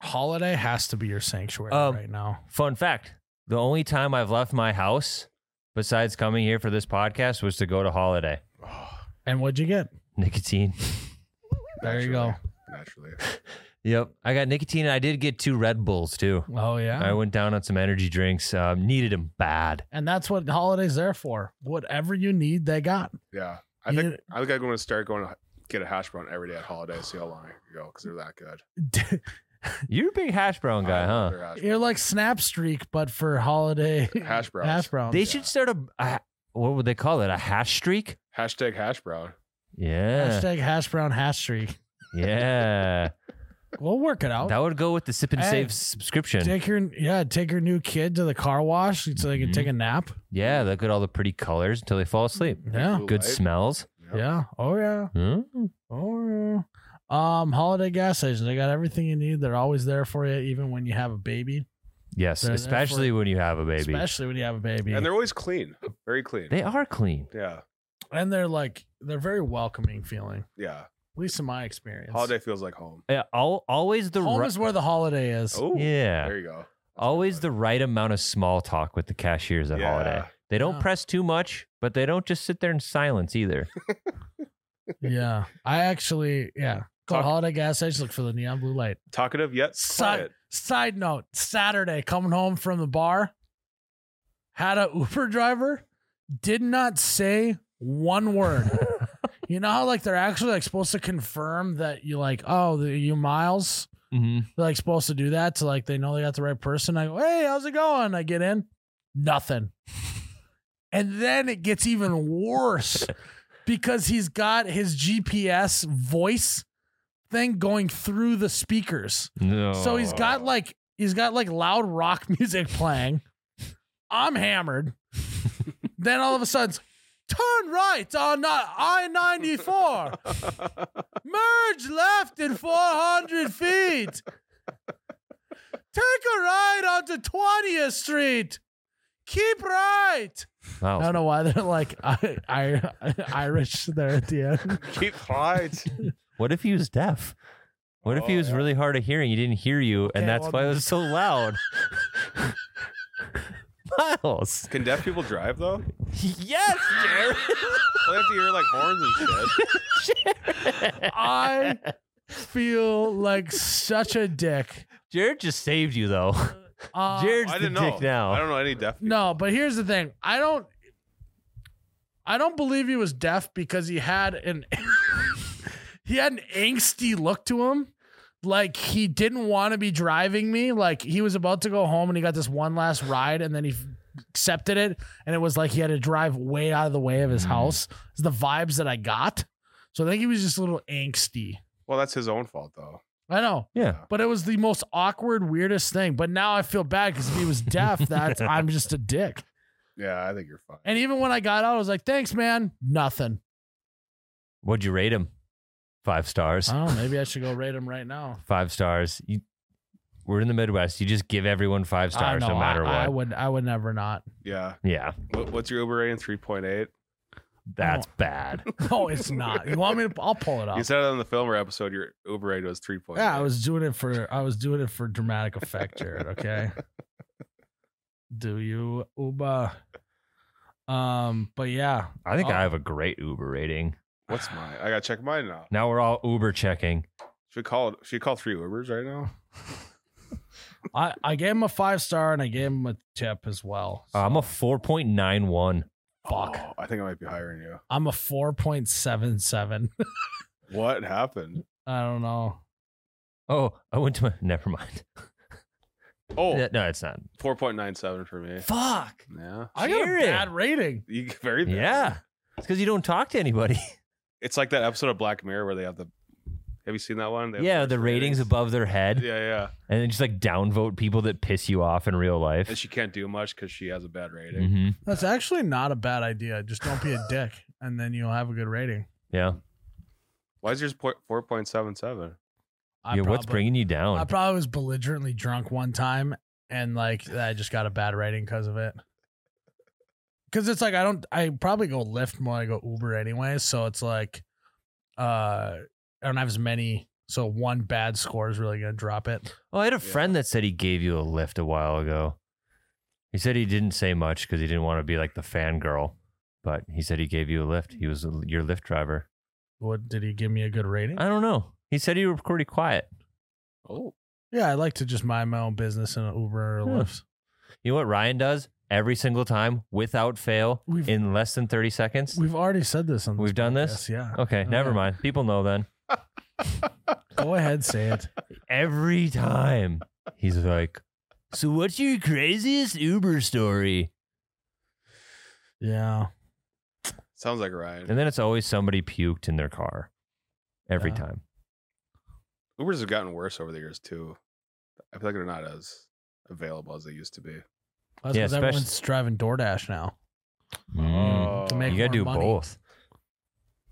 Speaker 1: holiday has to be your sanctuary
Speaker 3: Um,
Speaker 1: right now.
Speaker 3: Fun fact: the only time I've left my house, besides coming here for this podcast, was to go to holiday.
Speaker 1: And what'd you get?
Speaker 3: Nicotine.
Speaker 1: There you go.
Speaker 2: Naturally. Naturally.
Speaker 3: Yep, I got nicotine, and I did get two Red Bulls too.
Speaker 1: Oh yeah.
Speaker 3: I went down on some energy drinks. Um, needed them bad.
Speaker 1: and that's what holidays there for. Whatever you need, they got.
Speaker 2: Yeah. I
Speaker 1: You-
Speaker 2: think I think I'm going to start going to get a hash brown every day at holiday. See how long I can go because they're that good.
Speaker 3: You're a big hash brown guy,
Speaker 2: I
Speaker 3: huh?
Speaker 2: love their hash-
Speaker 1: You're like Snap Streak, but for holiday
Speaker 2: Hash browns.
Speaker 1: hash browns.
Speaker 3: They should start a, a- what would they call it? A hash streak?
Speaker 2: Hashtag hash brown.
Speaker 3: Yeah,
Speaker 1: Hashtag hash brown hash streak.
Speaker 3: yeah.
Speaker 1: We'll work it out.
Speaker 3: That would go with the sip and
Speaker 1: Hey,
Speaker 3: save subscription.
Speaker 1: Take your yeah, take your new kid to the car wash so they can
Speaker 3: Mhm.
Speaker 1: take a nap.
Speaker 3: yeah, look at all the pretty colors until they fall asleep.
Speaker 1: Yeah.
Speaker 2: Blue
Speaker 3: Good
Speaker 2: light.
Speaker 3: smells.
Speaker 1: Yeah. Oh yeah.
Speaker 3: Hmm?
Speaker 1: Oh yeah. Um, holiday gas stations. They got everything you need. They're always there for you, even when you have a baby.
Speaker 3: Yes,
Speaker 1: They're there
Speaker 3: especially when you have a baby.
Speaker 1: Especially when you have a baby.
Speaker 2: And they're always clean. Very clean.
Speaker 3: They are clean.
Speaker 2: yeah.
Speaker 1: And they're like they're very welcoming feeling.
Speaker 2: Yeah.
Speaker 1: At least in my experience.
Speaker 2: Holiday feels like home.
Speaker 3: Yeah, al- always the
Speaker 1: home
Speaker 3: ri-
Speaker 1: is where the holiday is.
Speaker 2: Oh,
Speaker 3: yeah,
Speaker 2: There you go. That's a good
Speaker 3: always
Speaker 2: one.
Speaker 3: the right amount of small talk with the cashiers at
Speaker 2: Yeah.
Speaker 3: holiday. They don't
Speaker 1: Yeah.
Speaker 3: press too much, but they don't just sit there in silence either.
Speaker 1: Yeah. I actually yeah. Go to
Speaker 2: Talk-
Speaker 1: holiday gas station, look for the neon blue light.
Speaker 2: talkative yet
Speaker 1: Side,
Speaker 2: quiet.
Speaker 1: side note Saturday, coming home from the bar, had a Uber driver, did not say one word. you know how, like, they're actually like supposed to confirm that you, like, oh, the, you miles?
Speaker 3: mm-hmm.
Speaker 1: They're like supposed to do that to, like, they know they got the right person. I go, hey, how's it going? I get in, nothing. and then it gets even worse because he's got his GPS voice thing going through the speakers.
Speaker 3: No.
Speaker 1: So he's got like he's got like loud rock music playing. I'm hammered. then all of a sudden, it's, turn right on I ninety four. Merge left in four hundred feet. Take a ride onto Twentieth Street. Keep right.
Speaker 3: Wow.
Speaker 1: I don't know why they're like I, I, Irish there at the end.
Speaker 2: Keep quiet.
Speaker 3: What if he was deaf? What if he
Speaker 2: Oh,
Speaker 3: was
Speaker 2: yeah.
Speaker 3: really hard of hearing? He didn't hear you,
Speaker 1: Okay,
Speaker 3: and that's
Speaker 1: well,
Speaker 3: why it was so loud. Miles,
Speaker 2: Can deaf people drive though?
Speaker 3: yes, Jared.
Speaker 2: They have to hear like horns and shit.
Speaker 1: I feel like such a dick.
Speaker 3: Jared just saved you though.
Speaker 1: Uh,
Speaker 3: Jared's
Speaker 2: I
Speaker 3: the
Speaker 2: didn't know.
Speaker 3: dick now.
Speaker 2: I don't know any deaf. People.
Speaker 1: No, but here's the thing. I don't I don't believe he was deaf because he had an he had an angsty look to him. Like he didn't want to be driving me. Like he was about to go home and he got this one last ride and then he f- accepted it, and it was like he had to drive way out of the way of his
Speaker 3: Mm.
Speaker 1: house. Is the vibes that I got. So I think he was just a little angsty.
Speaker 2: Well, that's his own fault though.
Speaker 1: I know,
Speaker 3: Yeah.
Speaker 1: but it was the most awkward, weirdest thing. But now I feel bad because if he was deaf, that's I'm just a dick.
Speaker 2: Yeah, I think you're fine.
Speaker 1: And even when I got out, I was like, "Thanks, man." Nothing.
Speaker 3: What'd you rate him? Five stars.
Speaker 1: Oh, maybe I should go rate him right now.
Speaker 3: Five stars. You, we're in the Midwest. You just give everyone five
Speaker 1: I
Speaker 3: stars
Speaker 1: know,
Speaker 3: no matter
Speaker 1: I, I
Speaker 3: what.
Speaker 1: would. I would never not.
Speaker 2: yeah.
Speaker 3: yeah,
Speaker 2: What, what's your Uber rating? Three point eight.
Speaker 3: that's
Speaker 1: Oh.
Speaker 3: bad.
Speaker 1: No, it's not. You want me to? I'll pull it up.
Speaker 2: You said it on the filmer episode. Your Uber rate was three point eight.
Speaker 1: Yeah, I was doing it for I was doing it for dramatic effect, Jared. Okay. Do you Uba? Um, but yeah,
Speaker 3: I think
Speaker 1: Oh.
Speaker 3: I have a great Uber rating.
Speaker 2: What's mine? I gotta check mine now.
Speaker 3: Now we're all Uber checking.
Speaker 2: Should we call it? Should we call three Ubers right now?
Speaker 1: I I gave him a five star and I gave him a tip as well.
Speaker 3: Uh, I'm a 4.91.
Speaker 1: Fuck.
Speaker 2: Oh, I think I might be hiring you.
Speaker 1: I'm a four point seven seven.
Speaker 2: What happened?
Speaker 1: I don't know.
Speaker 3: Oh, I went to my. Never mind.
Speaker 2: Oh,
Speaker 3: Yeah, No, it's not.
Speaker 2: four point nine seven for me.
Speaker 3: Fuck.
Speaker 2: Yeah.
Speaker 1: I got
Speaker 3: Jared.
Speaker 1: a bad rating.
Speaker 2: You get very bad.
Speaker 3: Yeah. It's because you don't talk to anybody.
Speaker 2: It's like that episode of Black Mirror where they have the. Have you seen that one? They have
Speaker 3: yeah,
Speaker 2: worst
Speaker 3: the ratings above their head.
Speaker 2: Yeah, yeah.
Speaker 3: And then just like downvote people that piss you off in real life.
Speaker 2: And she can't do much because she has a bad rating.
Speaker 3: hmm
Speaker 1: That's actually not a bad idea. Just don't be a dick, and then you'll have a good rating.
Speaker 3: Yeah.
Speaker 2: Why is yours four point seven seven?
Speaker 1: I
Speaker 3: yeah what's
Speaker 1: probably-
Speaker 3: bringing you down?
Speaker 1: I probably was belligerently drunk one time, and like I just got a bad rating because of it. Because it's like I don't, I probably go Lyft more. than I go Uber anyway, so it's like, uh, I don't have as many. So one bad score is really gonna drop it.
Speaker 3: Oh, I had a friend that said he gave you a lift a while ago. He said he didn't say much because he didn't want to be like the fangirl, but he said he gave you a lift. He was a, your lift driver.
Speaker 1: What did he give me a good rating?
Speaker 3: I don't know. He said you were pretty quiet.
Speaker 2: Oh,
Speaker 1: yeah, I like to just mind my own business in an Uber or a
Speaker 3: Yeah.
Speaker 1: Lyft.
Speaker 3: You know what Ryan does every single time without fail
Speaker 1: We've-
Speaker 3: in less than 30 seconds?
Speaker 1: We've already said this on. This
Speaker 3: We've done
Speaker 1: podcast,
Speaker 3: this?
Speaker 1: yeah.
Speaker 3: Okay,
Speaker 1: Oh,
Speaker 3: never
Speaker 1: yeah.
Speaker 3: mind. People know then.
Speaker 1: Go ahead, say it.
Speaker 3: Every time he's like, So what's your craziest Uber story?
Speaker 1: Yeah,
Speaker 2: sounds like Ryan.
Speaker 3: And then it's always somebody puked in their car every
Speaker 1: Yeah.
Speaker 3: time.
Speaker 2: Ubers have gotten worse over the years too. I feel like they're not as available as they used to be.
Speaker 1: that's
Speaker 3: Yeah,
Speaker 1: because
Speaker 3: especially-
Speaker 1: everyone's driving DoorDash now.
Speaker 3: Mm.
Speaker 2: Oh.
Speaker 1: To make-
Speaker 3: You got to
Speaker 1: more
Speaker 3: do
Speaker 1: money.
Speaker 3: both.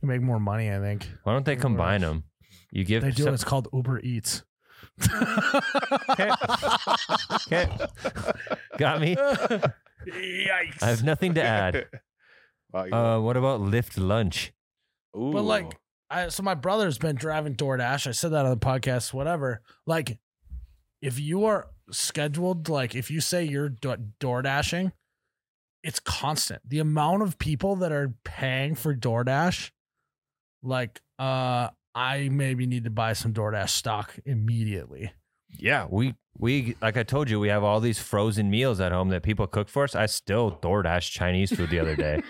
Speaker 1: You make more money, I think.
Speaker 3: Why don't they
Speaker 1: Uber
Speaker 3: combine
Speaker 1: Eats.
Speaker 3: them? You give
Speaker 1: They do.
Speaker 3: some-
Speaker 1: It's called Uber Eats.
Speaker 3: got me.
Speaker 1: Yikes!
Speaker 3: I have nothing to add.
Speaker 2: Wow, you-
Speaker 3: Uh, what about Lyft lunch?
Speaker 2: Ooh.
Speaker 1: but like- I, so my brother's been driving DoorDash. I said that on the podcast. Whatever. Like, if you are scheduled, like if you say you're do- DoorDashing, it's constant. The amount of people that are paying for DoorDash, like, uh, I maybe need to buy some DoorDash stock immediately.
Speaker 3: Yeah, we we like I told you, we have all these frozen meals at home that people cook for us. I still DoorDash Chinese food the other day.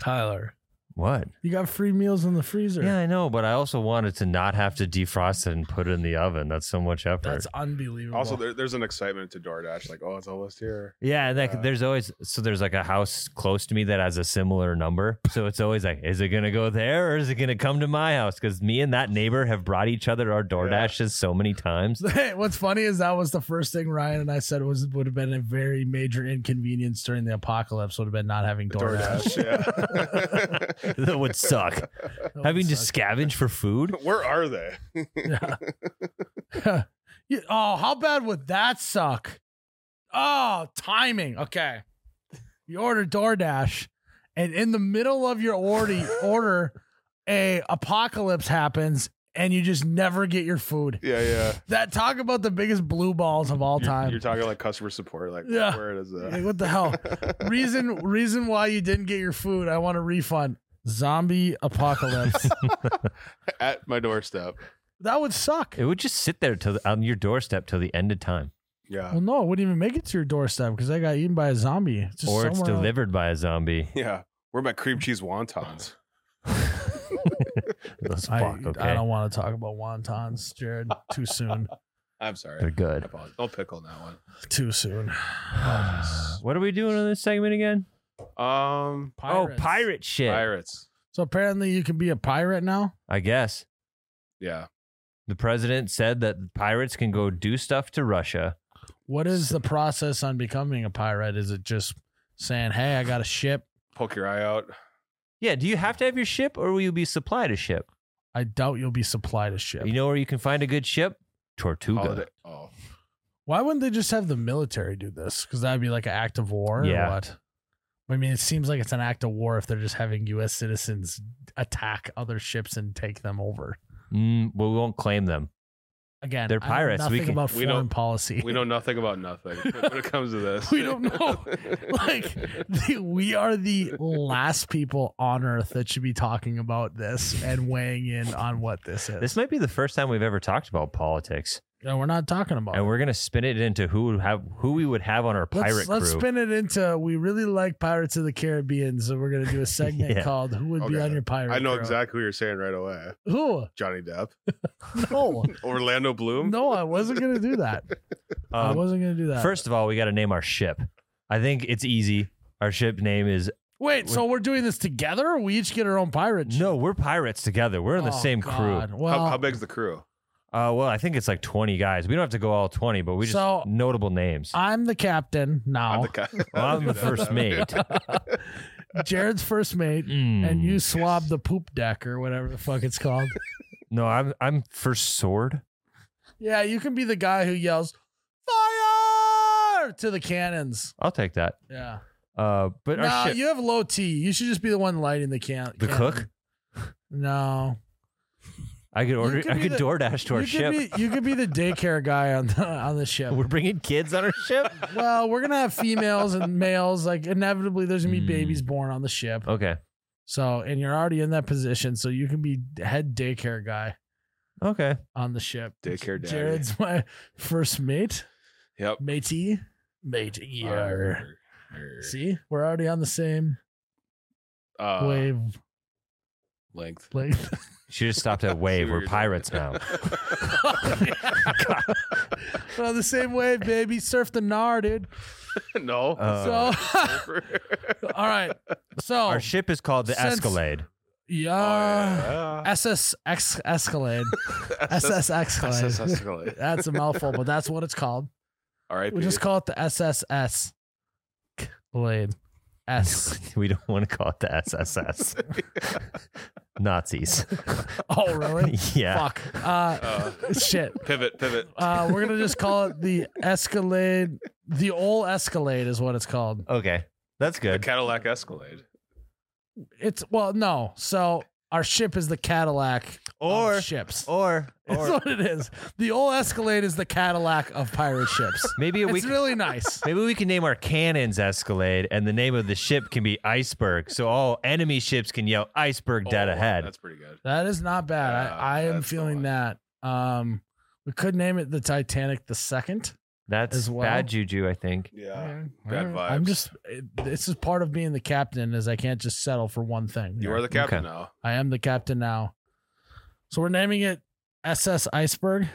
Speaker 1: Tyler,
Speaker 3: what?
Speaker 1: you got free meals in the freezer.
Speaker 3: Yeah, I know, but I also wanted to not have to defrost it and put it in the oven. That's so much effort.
Speaker 1: That's unbelievable.
Speaker 2: also, there, there's an excitement to DoorDash. Like, oh, it's almost here.
Speaker 3: yeah, and, like
Speaker 2: Uh,
Speaker 3: there's always so there's like a house close to me that has a similar number. So it's always like, is it gonna go there or is it gonna come to my house? Because me and that neighbor have brought each other our DoorDashes so many times.
Speaker 1: Hey, What's funny is that was the first thing Ryan and I said was would have been a very major inconvenience during the apocalypse. Would have been not having DoorDash.
Speaker 2: DoorDash. yeah.
Speaker 3: that would suck.
Speaker 1: That
Speaker 3: Having
Speaker 1: would
Speaker 3: to
Speaker 1: suck.
Speaker 3: scavenge for food?
Speaker 2: Where are they?
Speaker 1: You- oh, how bad would that suck? Oh, timing. Okay, you order DoorDash, and in the middle of your order, order a apocalypse happens, and you just never get your food.
Speaker 2: Yeah, yeah.
Speaker 1: That talk about the biggest blue balls of all
Speaker 2: You're-
Speaker 1: time.
Speaker 2: You're talking like customer support. Like,
Speaker 1: Yeah.
Speaker 2: where is
Speaker 1: Like,
Speaker 2: that?
Speaker 1: what the hell? reason reason why you didn't get your food. I want a refund. Zombie apocalypse.
Speaker 2: At my doorstep.
Speaker 1: that would suck.
Speaker 3: It would just sit there till on your doorstep till the end of time,
Speaker 2: Yeah.
Speaker 1: Well, no, it wouldn't even make it to your doorstep because I got eaten by a zombie. It's just
Speaker 3: or it's
Speaker 1: somewhere-
Speaker 3: delivered by a zombie.
Speaker 2: Yeah. Where are my cream cheese wontons?
Speaker 3: Those
Speaker 1: I,
Speaker 3: fuck, okay.
Speaker 1: I don't want to talk about wontons, Jared, too soon.
Speaker 2: I'm sorry.
Speaker 3: They're
Speaker 2: I
Speaker 3: good.
Speaker 2: apologize. Don't pickle on that one.
Speaker 1: Too soon.
Speaker 3: Oh, what are we doing in this segment again?
Speaker 2: Um,
Speaker 1: Pirates.
Speaker 3: Oh, pirate shit.
Speaker 2: pirates.
Speaker 1: So apparently you can be a pirate now.
Speaker 3: I guess
Speaker 2: Yeah.
Speaker 3: the president said that pirates can go do stuff to Russia.
Speaker 1: What is the process on becoming a pirate? Is it just saying, "Hey, I got a ship.
Speaker 2: Poke your eye out.
Speaker 3: Yeah. Do you have to have your ship, or will you be supplied a ship?
Speaker 1: I doubt you'll be supplied a ship."
Speaker 3: You know where you can find a good ship? Tortuga.
Speaker 2: Holiday. Oh,
Speaker 1: Why wouldn't they just have the military do this? Because that would be like an act of war
Speaker 3: Yeah.
Speaker 1: or what? I mean, it seems like it's an act of war if they're just having U.S. citizens attack other ships and take them over.
Speaker 3: Mm, well, we won't claim them.
Speaker 1: Again,
Speaker 3: They're
Speaker 1: I know
Speaker 3: pirates. We
Speaker 1: Nothing
Speaker 3: can-
Speaker 1: about
Speaker 2: We
Speaker 1: foreign
Speaker 2: don't-
Speaker 1: policy.
Speaker 2: we know nothing about nothing when it comes to this.
Speaker 1: We don't know. like the, we are the last people on earth that should be talking about this and weighing in on what this is.
Speaker 3: This might be the first time we've ever talked about politics,
Speaker 1: and we're not talking about.
Speaker 3: and
Speaker 1: it.
Speaker 3: we're gonna spin it into who would have who we would have on our
Speaker 1: let's,
Speaker 3: pirate crew.
Speaker 1: let's spin it into we really like Pirates of the Caribbean, so we're gonna do a segment
Speaker 3: Yeah.
Speaker 1: called "Who Would Be
Speaker 2: Okay.
Speaker 1: on Your Pirate?"
Speaker 2: I know
Speaker 1: Crew?"
Speaker 2: exactly what you're saying right away.
Speaker 1: Who?
Speaker 2: Johnny Depp,
Speaker 1: No,
Speaker 2: Orlando Bloom.
Speaker 1: no, I wasn't gonna do that. I
Speaker 3: Um,
Speaker 1: wasn't gonna do that.
Speaker 3: First of all, we got to name our ship. I think it's easy. Our ship name is
Speaker 1: wait, so we're doing this together? Or we each get our own pirate. ship?
Speaker 3: no. We're pirates together. We're in the
Speaker 1: Oh,
Speaker 3: same
Speaker 1: God.
Speaker 3: crew.
Speaker 1: Well,
Speaker 2: How, how big's the crew?
Speaker 3: Uh, well, I think it's like twenty guys. We don't have to go all twenty, but we just
Speaker 1: So-
Speaker 3: notable names.
Speaker 1: I'm the captain
Speaker 2: I'm
Speaker 1: now.
Speaker 2: the, guy.
Speaker 3: Well, I'm
Speaker 2: Do
Speaker 3: the
Speaker 2: that.
Speaker 3: first mate,
Speaker 1: Jared's first mate,
Speaker 3: Mm.
Speaker 1: and you swab the poop deck or whatever the fuck it's called.
Speaker 3: No, I'm I'm first sword.
Speaker 1: yeah, you can be the guy who yells fire to the cannons.
Speaker 3: I'll take that.
Speaker 1: Yeah.
Speaker 3: Uh, but
Speaker 1: No,
Speaker 3: our ship.
Speaker 1: you have low T. You should just be the one lighting the can.
Speaker 3: The
Speaker 1: cannon.
Speaker 3: cook?
Speaker 1: No,
Speaker 3: I could order.
Speaker 1: could
Speaker 3: I
Speaker 1: be
Speaker 3: could
Speaker 1: the-
Speaker 3: DoorDash to our
Speaker 1: you
Speaker 3: ship.
Speaker 1: could be you could be the daycare guy on the on the ship.
Speaker 3: We're bringing kids on our ship.
Speaker 1: well, we're gonna have females and males. Like inevitably, there's gonna be
Speaker 3: Hmm.
Speaker 1: babies born on the ship.
Speaker 3: Okay.
Speaker 1: So, and you're already in that position, so you can be head daycare guy
Speaker 3: Okay.
Speaker 1: on the ship.
Speaker 2: Daycare daddy.
Speaker 1: Jared's my first mate,
Speaker 2: Yep.
Speaker 1: matey, mate. Yeah.
Speaker 2: Arr, arr.
Speaker 1: See, we're already on the same
Speaker 2: Uh,
Speaker 1: wave
Speaker 2: length.
Speaker 1: length.
Speaker 3: She just stopped at wave.
Speaker 2: See what
Speaker 3: We're
Speaker 2: you're doing.
Speaker 3: pirates now.
Speaker 1: we're on the same wave, baby. Surf the gnar, dude.
Speaker 2: no.
Speaker 3: Uh,
Speaker 1: so, all right. So,
Speaker 3: Our ship is called the
Speaker 1: Oh, Since-
Speaker 3: Escalade.
Speaker 1: yeah. Uh,
Speaker 2: Oh,
Speaker 1: SS X Escalade.
Speaker 2: yeah.
Speaker 1: SS Escalade.
Speaker 2: Escalade.
Speaker 1: That's a mouthful, but that's what it's called.
Speaker 2: All right.
Speaker 1: We just call it the SSS Escalade. S.
Speaker 3: we don't want to call it the SSS. Nazis.
Speaker 1: Oh, really?
Speaker 3: yeah. Oh.
Speaker 1: Fuck. Uh,
Speaker 2: uh,
Speaker 1: shit.
Speaker 2: pivot, pivot.
Speaker 1: Uh, we're gonna just call it the Escalade. The old Escalade is what it's called.
Speaker 3: Okay. That's
Speaker 2: the
Speaker 3: good.
Speaker 2: Cadillac Escalade.
Speaker 1: It's well, no. So our ship is the Cadillac
Speaker 3: Or
Speaker 1: of ships.
Speaker 3: or
Speaker 1: That's
Speaker 3: or
Speaker 1: what it is. The old Escalade is the Cadillac of pirate ships.
Speaker 3: maybe we
Speaker 1: It's
Speaker 3: can,
Speaker 1: really nice.
Speaker 3: maybe we can name our cannons Escalade, and the name of the ship can be Iceberg. So all enemy ships can yell Iceberg dead
Speaker 2: Oh,
Speaker 3: ahead.
Speaker 2: That's pretty good.
Speaker 1: That is not bad.
Speaker 2: Yeah,
Speaker 1: I, I am
Speaker 2: that's the
Speaker 1: feeling
Speaker 2: one.
Speaker 1: that. Um, we could name it the Titanic the second.
Speaker 3: That's
Speaker 1: as well.
Speaker 3: bad juju, I think.
Speaker 2: Yeah.
Speaker 1: All
Speaker 2: Bad
Speaker 1: right. I'm
Speaker 2: vibes.
Speaker 1: just. It, this is part of being the captain. Is I can't just settle for one thing.
Speaker 2: You are the captain now.
Speaker 1: I am the captain now. So we're naming it SS Iceberg.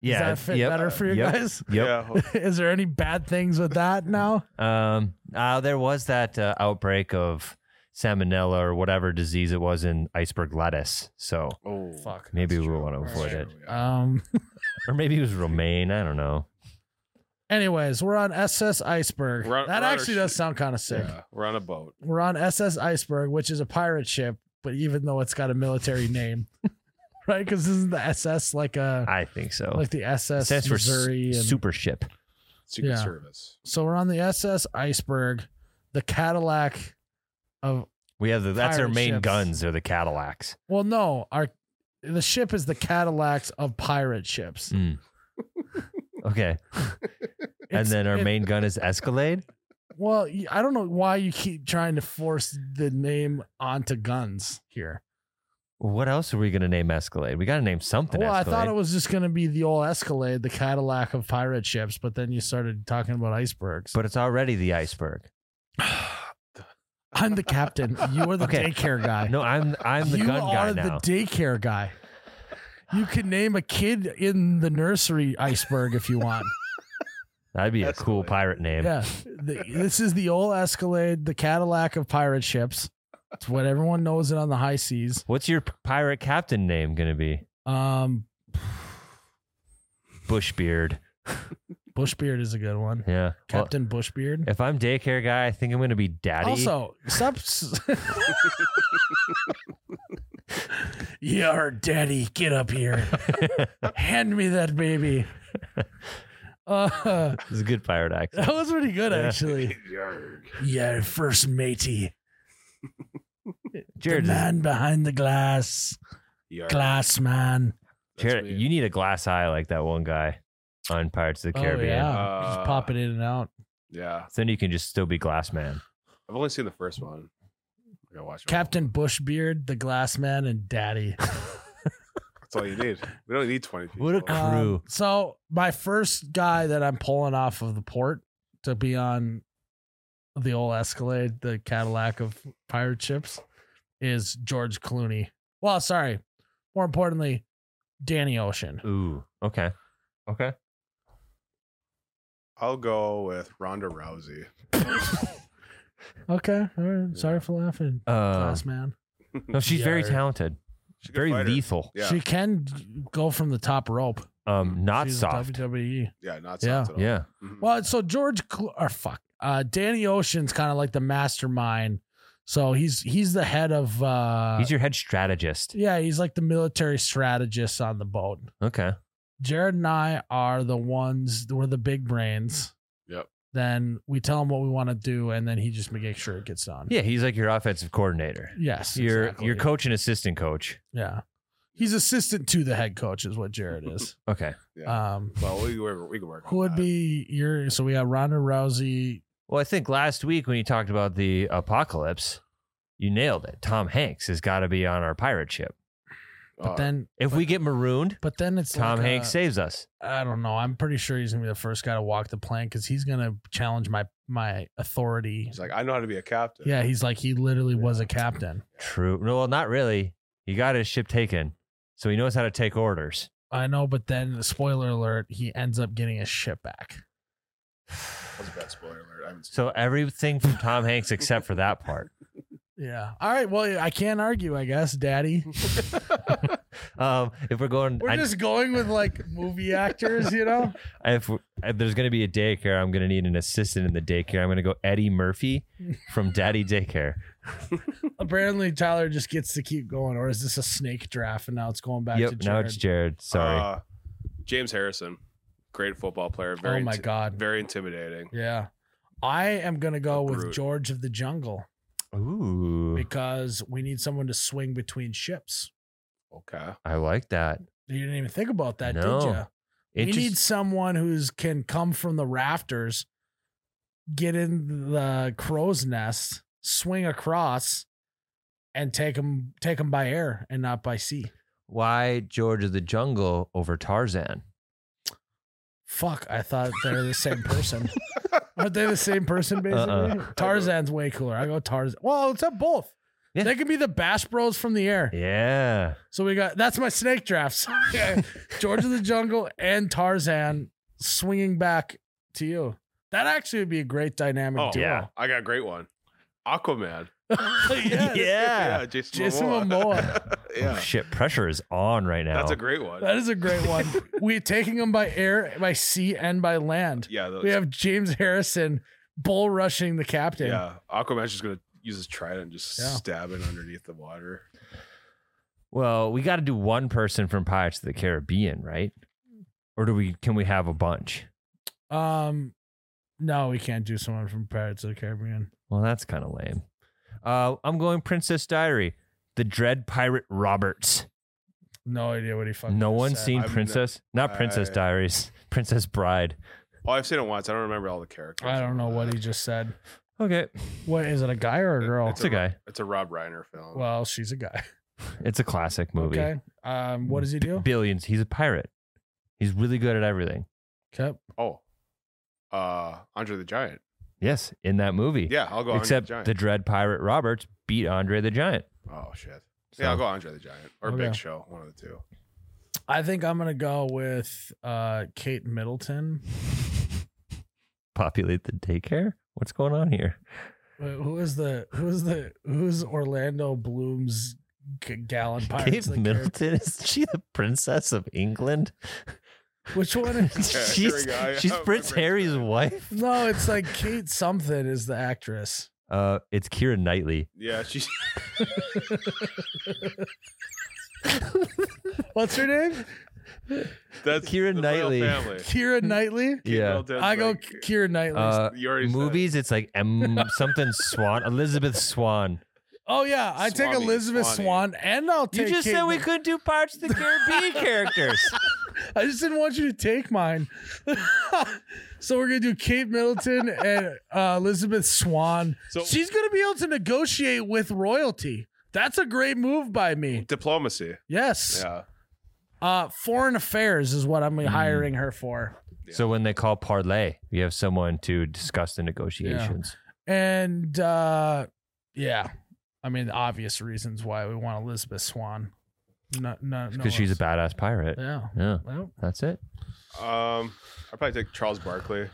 Speaker 3: Yeah.
Speaker 1: Does that fit
Speaker 3: yep.
Speaker 1: better for you
Speaker 3: Yep.
Speaker 1: guys?
Speaker 3: Yep.
Speaker 2: Yeah.
Speaker 1: is there any bad things with that now?
Speaker 3: Um, uh, there was that uh, outbreak of salmonella or whatever disease it was in iceberg lettuce. So,
Speaker 2: Oh,
Speaker 1: Fuck.
Speaker 3: Maybe
Speaker 2: that's
Speaker 3: we
Speaker 2: true.
Speaker 3: wanna
Speaker 2: That's
Speaker 3: avoid
Speaker 2: true,
Speaker 3: it.
Speaker 2: yeah.
Speaker 1: Um.
Speaker 3: or maybe it was romaine. I don't know.
Speaker 1: Anyways, we're on SS Iceberg.
Speaker 2: We're on-
Speaker 1: that
Speaker 2: we're on our
Speaker 1: actually does
Speaker 2: ship.
Speaker 1: sound kind of sick.
Speaker 2: Yeah, we're on a boat.
Speaker 1: we're on SS Iceberg, which is a pirate ship, but even though it's got a military name, right? Because isn't the SS like a
Speaker 3: I think so.
Speaker 1: like the
Speaker 3: It
Speaker 1: SS
Speaker 3: stands for s-
Speaker 1: Missouri? and,
Speaker 3: super ship.
Speaker 2: Secret
Speaker 1: Yeah.
Speaker 2: Service.
Speaker 1: so we're on the SS Iceberg, the Cadillac of
Speaker 3: We have the, that's our
Speaker 1: Pirate
Speaker 3: main
Speaker 1: ships.
Speaker 3: guns are the Cadillacs.
Speaker 1: well, no, our the ship is the Cadillacs of pirate ships,
Speaker 3: Mm. okay, and
Speaker 1: It's-
Speaker 3: then our
Speaker 1: it-
Speaker 3: main gun is Escalade.
Speaker 1: Well, y- I don't know why you keep trying to force the name onto guns here.
Speaker 3: What else are we gonna name Escalade? We gotta name something.
Speaker 1: well,
Speaker 3: Escalade.
Speaker 1: I thought it was just going to be the old Escalade, the Cadillac of pirate ships, but then you started talking about icebergs.
Speaker 3: but it's already the iceberg.
Speaker 1: I'm the captain. You are the
Speaker 3: Okay.
Speaker 1: daycare guy.
Speaker 3: No, I'm I'm the
Speaker 1: you
Speaker 3: gun
Speaker 1: are
Speaker 3: guy
Speaker 1: the
Speaker 3: now.
Speaker 1: daycare guy. You can name a kid in the nursery iceberg if you want.
Speaker 3: That'd be a cool
Speaker 2: Escalade.
Speaker 3: pirate name.
Speaker 1: Yeah. The- this is the old Escalade, the Cadillac of pirate ships. It's what everyone knows it on the high seas.
Speaker 3: What's your p- pirate captain name gonna be?
Speaker 1: Um,
Speaker 3: Bushbeard.
Speaker 1: Bushbeard is a good one.
Speaker 3: Yeah. Well,
Speaker 1: Captain Bushbeard.
Speaker 3: if I'm daycare guy, I think I'm gonna be daddy.
Speaker 1: Also, stop. s- Yar, daddy, get up here. Hand me that baby. Uh,
Speaker 3: it's a good pirate accent.
Speaker 1: that was pretty good,
Speaker 3: Yeah.
Speaker 1: actually.
Speaker 2: Yarg.
Speaker 1: Yeah, first matey.
Speaker 3: Jared,
Speaker 1: the
Speaker 3: does-
Speaker 1: man behind the glass.
Speaker 2: Yarg.
Speaker 1: Glass man.
Speaker 2: That's
Speaker 3: Jared,
Speaker 2: me.
Speaker 3: you need a glass eye like that one guy on Pirates of the
Speaker 1: Oh,
Speaker 3: Caribbean.
Speaker 1: yeah.
Speaker 2: Uh,
Speaker 1: Just pop it in and out.
Speaker 2: yeah.
Speaker 3: Then you can just still be glass man.
Speaker 2: I've only seen the first one. I gotta watch it.
Speaker 1: Captain Bushbeard, the glass man, and daddy.
Speaker 2: That's all you need. We don't need twenty people.
Speaker 3: What a cr-
Speaker 1: Um,
Speaker 3: True.
Speaker 1: so my first guy that I'm pulling off of the port to be on the old Escalade, the Cadillac of pirate ships, is George Clooney. Well, sorry. More importantly, Danny Ocean.
Speaker 3: Ooh. Okay. Okay.
Speaker 2: I'll go with Ronda Rousey.
Speaker 1: Okay. All right. Sorry for laughing,
Speaker 3: Uh,
Speaker 1: glass man.
Speaker 3: no, she's very
Speaker 1: Yar.
Speaker 3: talented.
Speaker 2: She's a good
Speaker 3: Very
Speaker 2: fighter.
Speaker 3: lethal.
Speaker 2: Yeah,
Speaker 1: She can go from the top rope.
Speaker 3: Um, not
Speaker 1: She's a
Speaker 3: soft.
Speaker 1: WWE.
Speaker 2: yeah, not
Speaker 1: Yeah.
Speaker 2: soft at all.
Speaker 3: Yeah.
Speaker 2: Mhm.
Speaker 1: Well, so George Clo- or fuck, uh, Danny Ocean's kind of like the mastermind. So he's he's the head of. Uh,
Speaker 3: He's your head strategist.
Speaker 1: yeah, he's like the military strategist on the boat.
Speaker 3: Okay.
Speaker 1: Jared and I are the ones we're the big brains.
Speaker 2: Yep.
Speaker 1: Then we tell him what we want to do, and then he just makes sure it gets done.
Speaker 3: Yeah, he's like your offensive coordinator.
Speaker 1: Yes.
Speaker 3: Your
Speaker 1: exactly.
Speaker 3: your coach and assistant coach.
Speaker 1: Yeah. He's assistant to the head coach, is what Jared is.
Speaker 3: Okay.
Speaker 2: Yeah.
Speaker 1: um,
Speaker 2: well, we we, we can work.
Speaker 1: who
Speaker 2: on
Speaker 1: would
Speaker 2: that.
Speaker 1: be your? So we have Ronda Rousey.
Speaker 3: Well, I think last week when you talked about the apocalypse, you nailed it. Tom Hanks has got to be on our pirate ship.
Speaker 1: But
Speaker 2: Uh,
Speaker 1: then,
Speaker 3: If we get marooned,
Speaker 1: but then it's like
Speaker 3: Tom
Speaker 1: uh,
Speaker 3: Hanks
Speaker 1: a-
Speaker 3: saves us.
Speaker 1: I don't know. I'm pretty sure he's gonna be the first guy to walk the plank because he's gonna challenge my my authority.
Speaker 2: he's like, I know how to be a captain.
Speaker 1: Yeah, he's like he literally was a captain.
Speaker 3: True. No, well, not really. He got his ship taken, so he knows how to take orders.
Speaker 1: I know, but then spoiler alert, he ends up getting his ship back.
Speaker 2: That's a bad spoiler alert. I haven't seen
Speaker 3: So everything from Tom Hanks except for that part.
Speaker 1: Yeah. All right. Well, I can't argue. I guess, Daddy.
Speaker 3: Um, if we're going,
Speaker 1: We're
Speaker 3: I-
Speaker 1: just going with like movie actors, you know.
Speaker 3: if, if there's going to be a daycare, I'm going to need an assistant in the daycare. I'm going to go Eddie Murphy from Daddy Daycare.
Speaker 1: Apparently, Tyler just gets to keep going, or is this a snake draft and now it's going back to
Speaker 3: yep. Now
Speaker 1: Jared?
Speaker 3: it's Jared. Sorry.
Speaker 2: Uh, James Harrison, great football player. Very
Speaker 1: oh my
Speaker 2: inti-
Speaker 1: god.
Speaker 2: very intimidating.
Speaker 1: Yeah. I am gonna go with
Speaker 2: Brute.
Speaker 1: George of the Jungle
Speaker 2: Oh.
Speaker 3: Ooh,
Speaker 1: because we need someone to swing between ships.
Speaker 2: Okay,
Speaker 3: I like that.
Speaker 1: You didn't even think about that,
Speaker 3: No.
Speaker 1: did you?
Speaker 3: It
Speaker 1: you
Speaker 3: just-
Speaker 1: need someone who's can come from the rafters, get in the crow's nest, swing across, and take them take 'em by air and not by sea.
Speaker 3: why George of the Jungle over Tarzan?
Speaker 1: Fuck, I thought they're the same person. Aren't they the same person basically?
Speaker 3: Uh-uh.
Speaker 1: Tarzan's way cooler. I go Tarzan. Well, it's up both.
Speaker 3: Yeah.
Speaker 1: They could be the Bash Bros from the air.
Speaker 3: Yeah.
Speaker 1: So we got that's my snake drafts. George of the Jungle and Tarzan swinging back to you. That actually would be a great dynamic
Speaker 2: Oh,
Speaker 1: duo.
Speaker 3: yeah.
Speaker 2: I got a great one. Aquaman.
Speaker 1: Yes.
Speaker 3: Yeah.
Speaker 2: Jason,
Speaker 1: Jason
Speaker 2: Momoa.
Speaker 1: Momoa.
Speaker 3: Oh,
Speaker 2: yeah,
Speaker 3: shit, pressure is on right now.
Speaker 2: that's a great one.
Speaker 1: That is a great one. We're taking them by air, by sea, and by land.
Speaker 2: yeah, those,
Speaker 1: We have James Harrison bull rushing the captain.
Speaker 2: yeah. Aquaman's just gonna use his trident and just
Speaker 1: Yeah.
Speaker 2: stab it underneath the water.
Speaker 3: Well, we got to do one person from Pirates of the Caribbean, right? Or do we? Can we have a bunch?
Speaker 1: Um no, we can't do someone from Pirates of the Caribbean.
Speaker 3: Well, that's kind of lame. Uh, I'm going Princess Diary, the Dread Pirate Roberts.
Speaker 1: No idea what he fucking
Speaker 3: No
Speaker 1: just
Speaker 3: one's
Speaker 1: said.
Speaker 3: seen
Speaker 2: I've ne-
Speaker 3: Princess, not Princess
Speaker 2: I-
Speaker 3: Diaries, Princess Bride.
Speaker 2: Oh, I've seen it once. I don't remember all the characters. Uh,
Speaker 1: I don't know what he just said.
Speaker 3: Okay,
Speaker 1: What is it a guy or a girl?
Speaker 3: it's a guy.
Speaker 2: It's a Rob Reiner film.
Speaker 1: Well, she's a guy.
Speaker 3: It's a classic movie.
Speaker 1: Okay. Um, what does he do?
Speaker 3: Billions. He's a pirate. He's really good at everything.
Speaker 1: Okay.
Speaker 2: oh, uh, Andre the Giant.
Speaker 3: Yes, in that movie.
Speaker 2: Yeah, I'll go
Speaker 3: Except
Speaker 2: Andre the Giant.
Speaker 3: the Dread Pirate Roberts beat Andre the Giant.
Speaker 2: Oh shit.
Speaker 3: So-
Speaker 2: Yeah, I'll go Andre the Giant or
Speaker 1: Okay.
Speaker 2: Big Show, one of the two.
Speaker 1: I think I'm gonna go with uh, Kate Middleton.
Speaker 3: Populate the daycare? What's going on here?
Speaker 1: Wait, who is the who's the who's Orlando Bloom's g- gallon pirates?
Speaker 3: Kate
Speaker 1: of the Caribbean?
Speaker 3: Middleton, is she the princess of England?
Speaker 1: Which one? Is,
Speaker 2: here we
Speaker 3: she's
Speaker 2: go. I-
Speaker 3: she's
Speaker 2: I
Speaker 3: Prince
Speaker 2: remember
Speaker 3: Harry's
Speaker 2: that.
Speaker 3: wife.
Speaker 1: no, it's like Kate something is the actress.
Speaker 3: Uh, it's Kira Knightley.
Speaker 2: Yeah, she's
Speaker 1: What's her name?
Speaker 2: that's
Speaker 3: Keira
Speaker 2: the royal
Speaker 3: Knightley.
Speaker 2: Family.
Speaker 1: Kira Knightley.
Speaker 3: Yeah.
Speaker 2: Middleton's
Speaker 1: I go
Speaker 2: like-
Speaker 1: Kira Knightley.
Speaker 3: Uh,
Speaker 2: you already said it.
Speaker 3: movies, it's like M something Swan, Elizabeth Swan.
Speaker 1: oh yeah, I take
Speaker 2: Swami,
Speaker 1: Elizabeth
Speaker 2: Swami.
Speaker 1: Swan, and I'll
Speaker 3: You
Speaker 1: take.
Speaker 3: just
Speaker 1: Kate
Speaker 3: said we
Speaker 1: Mid-
Speaker 3: couldn't do Pirates of the Caribbean characters.
Speaker 1: I just didn't want you to take mine. so we're gonna do Kate Middleton and uh, Elizabeth Swan.
Speaker 2: So-
Speaker 1: She's gonna be able to negotiate with royalty. That's a great move by me.
Speaker 2: diplomacy.
Speaker 1: Yes.
Speaker 2: Yeah.
Speaker 1: Uh, foreign affairs is what I'm
Speaker 3: Mm.
Speaker 1: hiring her for.
Speaker 3: So when they call parlay, you have someone to discuss the negotiations.
Speaker 1: And uh, yeah, I mean, the obvious reasons why we want Elizabeth Swan. No, no,
Speaker 3: Because she's a badass pirate. Yeah.
Speaker 1: yeah. Well,
Speaker 3: that's it.
Speaker 2: Um, I'd probably take Charles Barkley.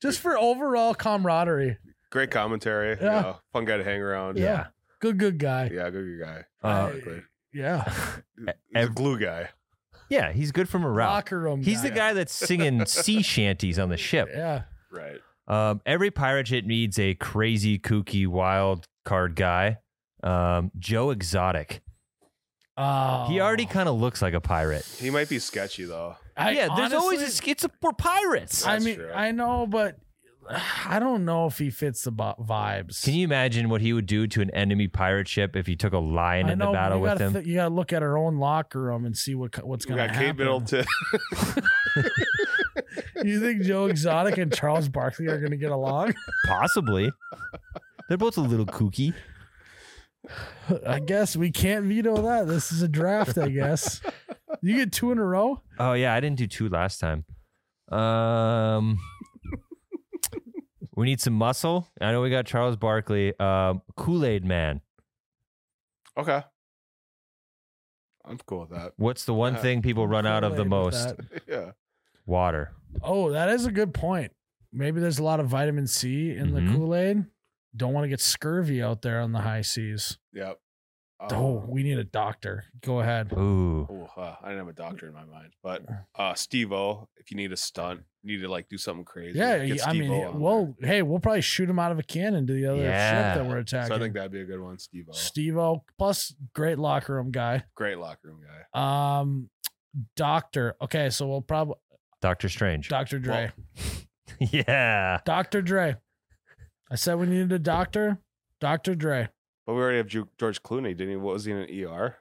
Speaker 1: just for overall camaraderie.
Speaker 2: Great commentary. you
Speaker 1: Yeah.
Speaker 2: know, fun guy to hang around.
Speaker 1: Yeah. Good, good guy.
Speaker 2: Yeah, good, good guy.
Speaker 3: Uh,
Speaker 2: Barkley.
Speaker 1: Yeah.
Speaker 2: He's a
Speaker 3: ev-
Speaker 2: glue guy.
Speaker 3: yeah, he's good for morale.
Speaker 1: Locker room.
Speaker 3: He's the guy that's singing sea shanties on the ship.
Speaker 1: Yeah.
Speaker 2: Right.
Speaker 3: Um, every pirate ship needs a crazy, kooky, wild card guy. Um, Joe Exotic.
Speaker 1: Oh.
Speaker 3: He already kind of looks like a pirate.
Speaker 2: He might be sketchy though.
Speaker 1: I
Speaker 3: yeah, there's always a,
Speaker 1: honestly-
Speaker 3: sk- it's a, we're pirates.
Speaker 1: I
Speaker 2: That's
Speaker 1: mean,
Speaker 2: true.
Speaker 1: I know, but I don't know if he fits the bo- vibes.
Speaker 3: Can you imagine what he would do to an enemy pirate ship if he took a lion
Speaker 1: I
Speaker 3: in the
Speaker 1: know, but
Speaker 3: battle
Speaker 1: you
Speaker 3: with
Speaker 1: gotta
Speaker 3: him?
Speaker 1: thi- you gotta look at our own locker room and see what co- what's
Speaker 2: We
Speaker 1: gonna
Speaker 2: got
Speaker 1: happen.
Speaker 2: Kate Middleton.
Speaker 1: You think Joe Exotic and Charles Barkley are gonna get along?
Speaker 3: Possibly. They're both a little kooky.
Speaker 1: I guess we can't veto that. This is a draft, I guess. You get two in a row.
Speaker 3: Oh yeah, I didn't do two last time. Um, we need some muscle. I know we got Charles Barkley, um, Kool Aid Man.
Speaker 2: Okay. I'm cool with that.
Speaker 3: What's the one
Speaker 2: Uh,
Speaker 3: thing people run out of the
Speaker 1: Kool-Aid with
Speaker 3: most?
Speaker 1: that.
Speaker 2: Yeah.
Speaker 3: Water.
Speaker 1: Oh, that is a good point. Maybe there's a lot of vitamin C in
Speaker 3: Mhm.
Speaker 1: the Kool Aid. Don't want to get scurvy out there on the high seas.
Speaker 2: Yep. Um,
Speaker 1: Oh, we need a doctor. Go ahead.
Speaker 3: Ooh,
Speaker 2: ooh, uh, I didn't have a doctor in my mind, but uh, Steve O, if you need a stunt, you need to like do something crazy.
Speaker 1: Yeah,
Speaker 2: get
Speaker 1: I
Speaker 2: Steve-O
Speaker 1: mean,
Speaker 2: on
Speaker 1: well, hey, we'll probably shoot him out of a cannon to the other
Speaker 3: Yeah.
Speaker 1: ship that we're
Speaker 2: there.
Speaker 1: attacking.
Speaker 2: So I think that'd be a good one, Steve O.
Speaker 1: Steve O, plus great locker room guy.
Speaker 2: Great locker room guy.
Speaker 1: Um, doctor. Okay, so we'll probably
Speaker 3: Doctor Strange.
Speaker 1: Dr. Dre.
Speaker 2: Well-
Speaker 3: yeah.
Speaker 1: Dr. Dre. I said we needed a doctor. Dr. Dre.
Speaker 2: But we already have Ju- George Clooney, didn't he? What was he in an ER?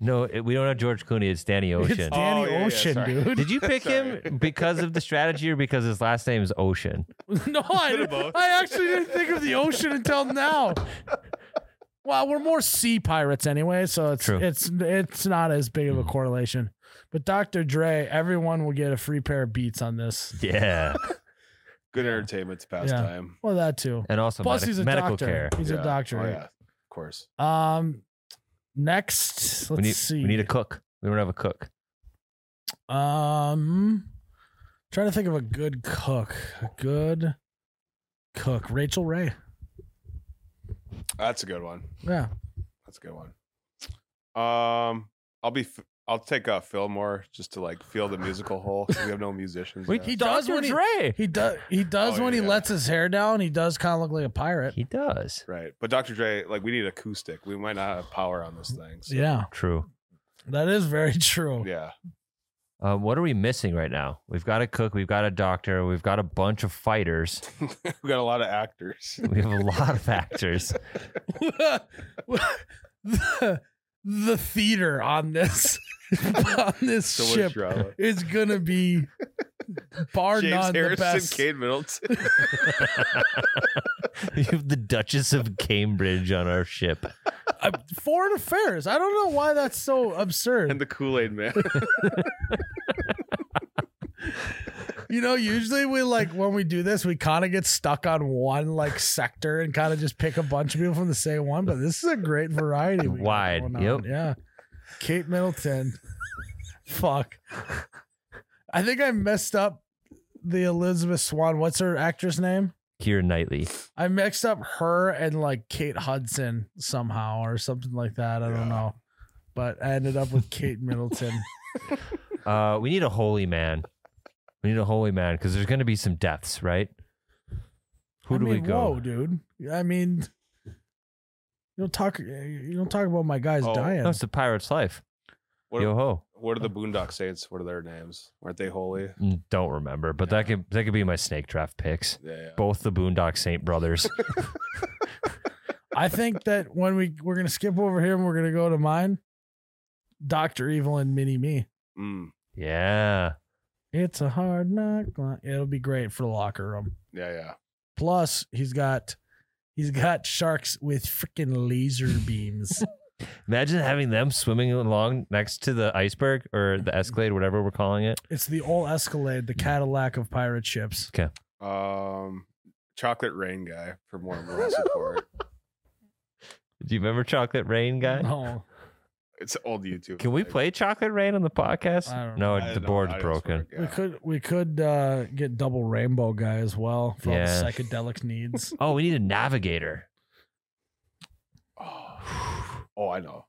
Speaker 3: No, it, we don't have George Clooney. It's Danny
Speaker 1: It's
Speaker 3: Ocean.
Speaker 2: Oh,
Speaker 1: Danny
Speaker 2: yeah, yeah,
Speaker 1: Ocean,
Speaker 2: sorry.
Speaker 1: dude.
Speaker 3: Did you pick
Speaker 2: Sorry.
Speaker 3: him because of the strategy or because his last name is Ocean?
Speaker 1: no,
Speaker 2: Bit of
Speaker 1: I,
Speaker 2: both.
Speaker 1: I actually didn't think of the ocean until now. Well, we're more sea pirates anyway, so it's
Speaker 3: True. Hmm.
Speaker 1: it's it's not as big of a correlation. But Dr. Dre, everyone will get a free pair of beats on this.
Speaker 3: Yeah.
Speaker 2: Good entertainment to pass
Speaker 1: Yeah.
Speaker 2: time.
Speaker 1: Well, that too.
Speaker 3: And also
Speaker 1: Plus,
Speaker 3: medi-
Speaker 1: he's a
Speaker 3: medical
Speaker 1: doctor.
Speaker 3: care.
Speaker 1: He's
Speaker 2: Yeah.
Speaker 1: a doctor.
Speaker 2: Oh, yeah, of course.
Speaker 1: Um, next, let's
Speaker 3: We need,
Speaker 1: see.
Speaker 3: we need a cook. We don't have a cook.
Speaker 1: Um, trying to think of a good cook. A good cook. Rachel Ray.
Speaker 2: That's a good one.
Speaker 1: Yeah.
Speaker 2: That's a good one. Um, I'll be. F- I'll take uh, Phil Moore just to like fill the musical hole. 'cause We have no musicians.
Speaker 3: We-
Speaker 2: yet.
Speaker 1: He does
Speaker 3: Dr.
Speaker 1: when he-
Speaker 3: Dre.
Speaker 1: He does. He does
Speaker 2: Oh,
Speaker 1: when he
Speaker 2: yeah.
Speaker 1: lets his hair down. He does kind of look like a pirate.
Speaker 3: He does.
Speaker 2: Right, but Dr. Dre, like we need acoustic. We might not have power on this thing. So.
Speaker 1: Yeah,
Speaker 3: True.
Speaker 1: that is very true.
Speaker 2: Yeah.
Speaker 3: Uh, what are we missing right now? We've got a cook, we've got a doctor, we've got a bunch of fighters,
Speaker 2: we got a lot of actors.
Speaker 3: we have a lot of actors.
Speaker 1: the, the theater on this on this
Speaker 2: So where's
Speaker 1: ship
Speaker 2: your outlet?
Speaker 1: is gonna be bar
Speaker 2: James
Speaker 1: none the
Speaker 2: Harrison,
Speaker 1: best.
Speaker 2: Kate Middleton.
Speaker 3: we have the Duchess of Cambridge on our ship.
Speaker 1: Uh, foreign affairs. I don't know why that's so absurd.
Speaker 2: and the Kool-Aid man.
Speaker 1: You know, usually we like when we do this, we kind of get stuck on one like sector and kind of just pick a bunch of people from the same one. But this is a great variety. we got
Speaker 3: Wide,
Speaker 1: going on.
Speaker 3: yep.
Speaker 1: Yeah. Kate Middleton. Fuck. I think I messed up the Elizabeth Swan. What's her actress name?
Speaker 3: Keira Knightley.
Speaker 1: I mixed up her and like Kate Hudson somehow or something like that. I
Speaker 5: Yeah.
Speaker 1: don't know. But I ended up with Kate Middleton.
Speaker 3: Uh, we need a holy man. We need a holy man because there's going to be some deaths, right? Who
Speaker 1: I
Speaker 3: do we
Speaker 1: mean,
Speaker 3: go?
Speaker 1: Whoa, dude. I mean, you don't talk. You don't talk about my guys
Speaker 2: Oh,
Speaker 1: dying.
Speaker 3: No, it's the pirate's life.
Speaker 2: What,
Speaker 3: Yo
Speaker 2: are,
Speaker 3: ho!
Speaker 2: what are the Boondock Saints? What are their names? Aren't they holy?
Speaker 3: Mm, Don't remember, but that could that could be my snake draft picks.
Speaker 2: Yeah, yeah.
Speaker 3: Both the Boondock Saint brothers.
Speaker 1: I think that when we we're gonna skip over here and we're gonna go to mine, Doctor Evil and Mini Me.
Speaker 2: Mm,
Speaker 3: yeah,
Speaker 1: It's a hard knock. li- It'll be great for the locker room.
Speaker 2: yeah, yeah.
Speaker 1: Plus, he's got he's got sharks with freaking laser beams.
Speaker 3: imagine having them swimming along next to the iceberg or the Escalade, whatever we're calling it.
Speaker 1: it's the old Escalade, the Cadillac of pirate ships.
Speaker 2: Um, Chocolate Rain guy for more moral support.
Speaker 3: Do you remember Chocolate Rain guy?
Speaker 1: No,
Speaker 2: it's old YouTube.
Speaker 3: Can we
Speaker 2: like,
Speaker 3: play Chocolate Rain on the podcast?
Speaker 1: I don't
Speaker 3: no,
Speaker 2: I don't
Speaker 3: the
Speaker 2: know
Speaker 3: board's
Speaker 2: how this
Speaker 3: broken.
Speaker 2: work,
Speaker 1: we
Speaker 2: yeah.
Speaker 1: could we could uh, get double rainbow guy as well for all
Speaker 3: Yeah.
Speaker 1: the psychedelic needs.
Speaker 3: Oh, we need a navigator.
Speaker 2: Oh, oh, I know.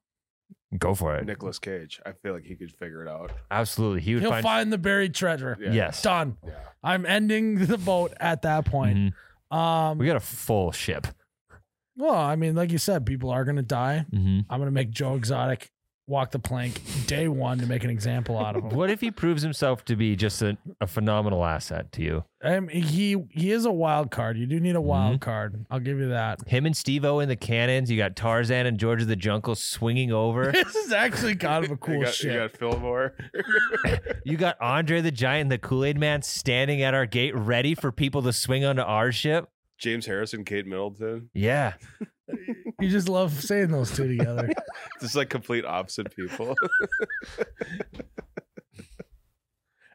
Speaker 3: Go for it.
Speaker 2: Nicholas Cage. I feel like he could figure it out.
Speaker 3: Absolutely. He would
Speaker 1: He'll
Speaker 3: find,
Speaker 1: find the buried treasure.
Speaker 2: Yeah.
Speaker 3: Yes.
Speaker 1: Done.
Speaker 2: Yeah.
Speaker 1: I'm ending the boat at that point.
Speaker 3: Mhm.
Speaker 1: Um,
Speaker 3: We got a full ship.
Speaker 1: well, I mean, like you said, people are going to die.
Speaker 3: Mm-hmm.
Speaker 1: I'm going to make Joe Exotic walk the plank day one to make an example out of him.
Speaker 3: What if he proves himself to be just a, a phenomenal asset to you?
Speaker 1: Um, he he is a wild card. You do need a wild
Speaker 3: Mm-hmm.
Speaker 1: card. I'll give you that.
Speaker 3: Him and Steve O in the cannons. You got Tarzan and George of the Jungle swinging over.
Speaker 1: This is actually kind of a cool
Speaker 2: you got,
Speaker 1: shit.
Speaker 2: You got Fillmore.
Speaker 3: you got Andre the Giant and the Kool Aid Man standing at our gate ready for people to swing onto our ship.
Speaker 2: James Harrison, Kate Middleton.
Speaker 3: Yeah.
Speaker 1: You just love saying those two together.
Speaker 2: Just like complete opposite people.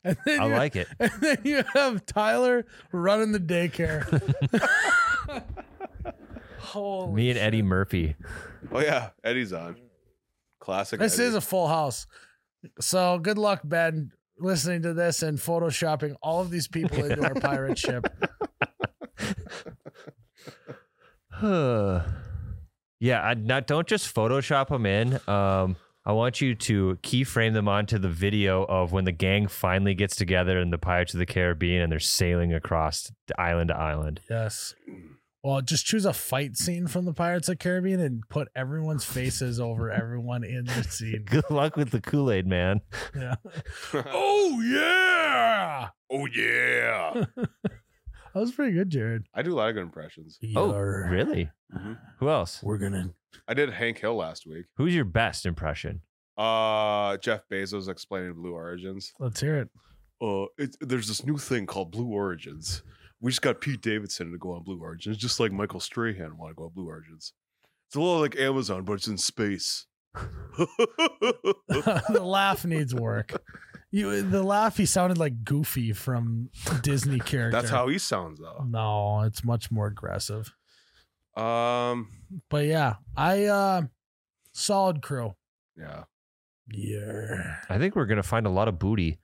Speaker 1: And then
Speaker 3: I
Speaker 1: you,
Speaker 3: like it.
Speaker 1: And then you have Tyler running the daycare. Holy
Speaker 3: Me and
Speaker 1: shit.
Speaker 3: Eddie Murphy.
Speaker 2: oh yeah, Eddie's on. Classic.
Speaker 1: This
Speaker 2: Eddie.
Speaker 1: is a full house. So good luck, Ben, listening to this and photoshopping all of these people into our pirate ship.
Speaker 3: yeah, I, not don't just Photoshop them in. Um, I want you to keyframe them onto the video of when the gang finally gets together in the Pirates of the Caribbean and they're sailing across island to island.
Speaker 1: Yes. Well, just choose a fight scene from the Pirates of the Caribbean and put everyone's faces over everyone in the scene.
Speaker 3: Good luck with the Kool Aid Man.
Speaker 1: Yeah. Oh yeah.
Speaker 2: oh yeah.
Speaker 1: That was pretty good, Jared.
Speaker 2: I do a lot of good impressions.
Speaker 3: Oh,
Speaker 1: Yarr.
Speaker 3: really?
Speaker 1: Mm-hmm.
Speaker 2: Mhm.
Speaker 3: Who else?
Speaker 1: Uh-huh. We're gonna
Speaker 2: I did Hank Hill last week.
Speaker 3: Who's your best impression?
Speaker 2: Uh, Jeff Bezos explaining Blue Origins.
Speaker 1: let's hear it.
Speaker 2: uh, it, there's this new thing called Blue Origins. We just got Pete Davidson to go on Blue Origins, just like Michael Strahan want to go on Blue Origins. It's a little like Amazon, but it's in space.
Speaker 1: the laugh needs work. You the laugh he sounded like Goofy from Disney character.
Speaker 2: That's how he sounds, though.
Speaker 1: No, it's much more aggressive.
Speaker 2: Um,
Speaker 1: But yeah, I uh solid crew.
Speaker 2: yeah,
Speaker 1: Yeah.
Speaker 3: I think we're gonna find a lot of booty.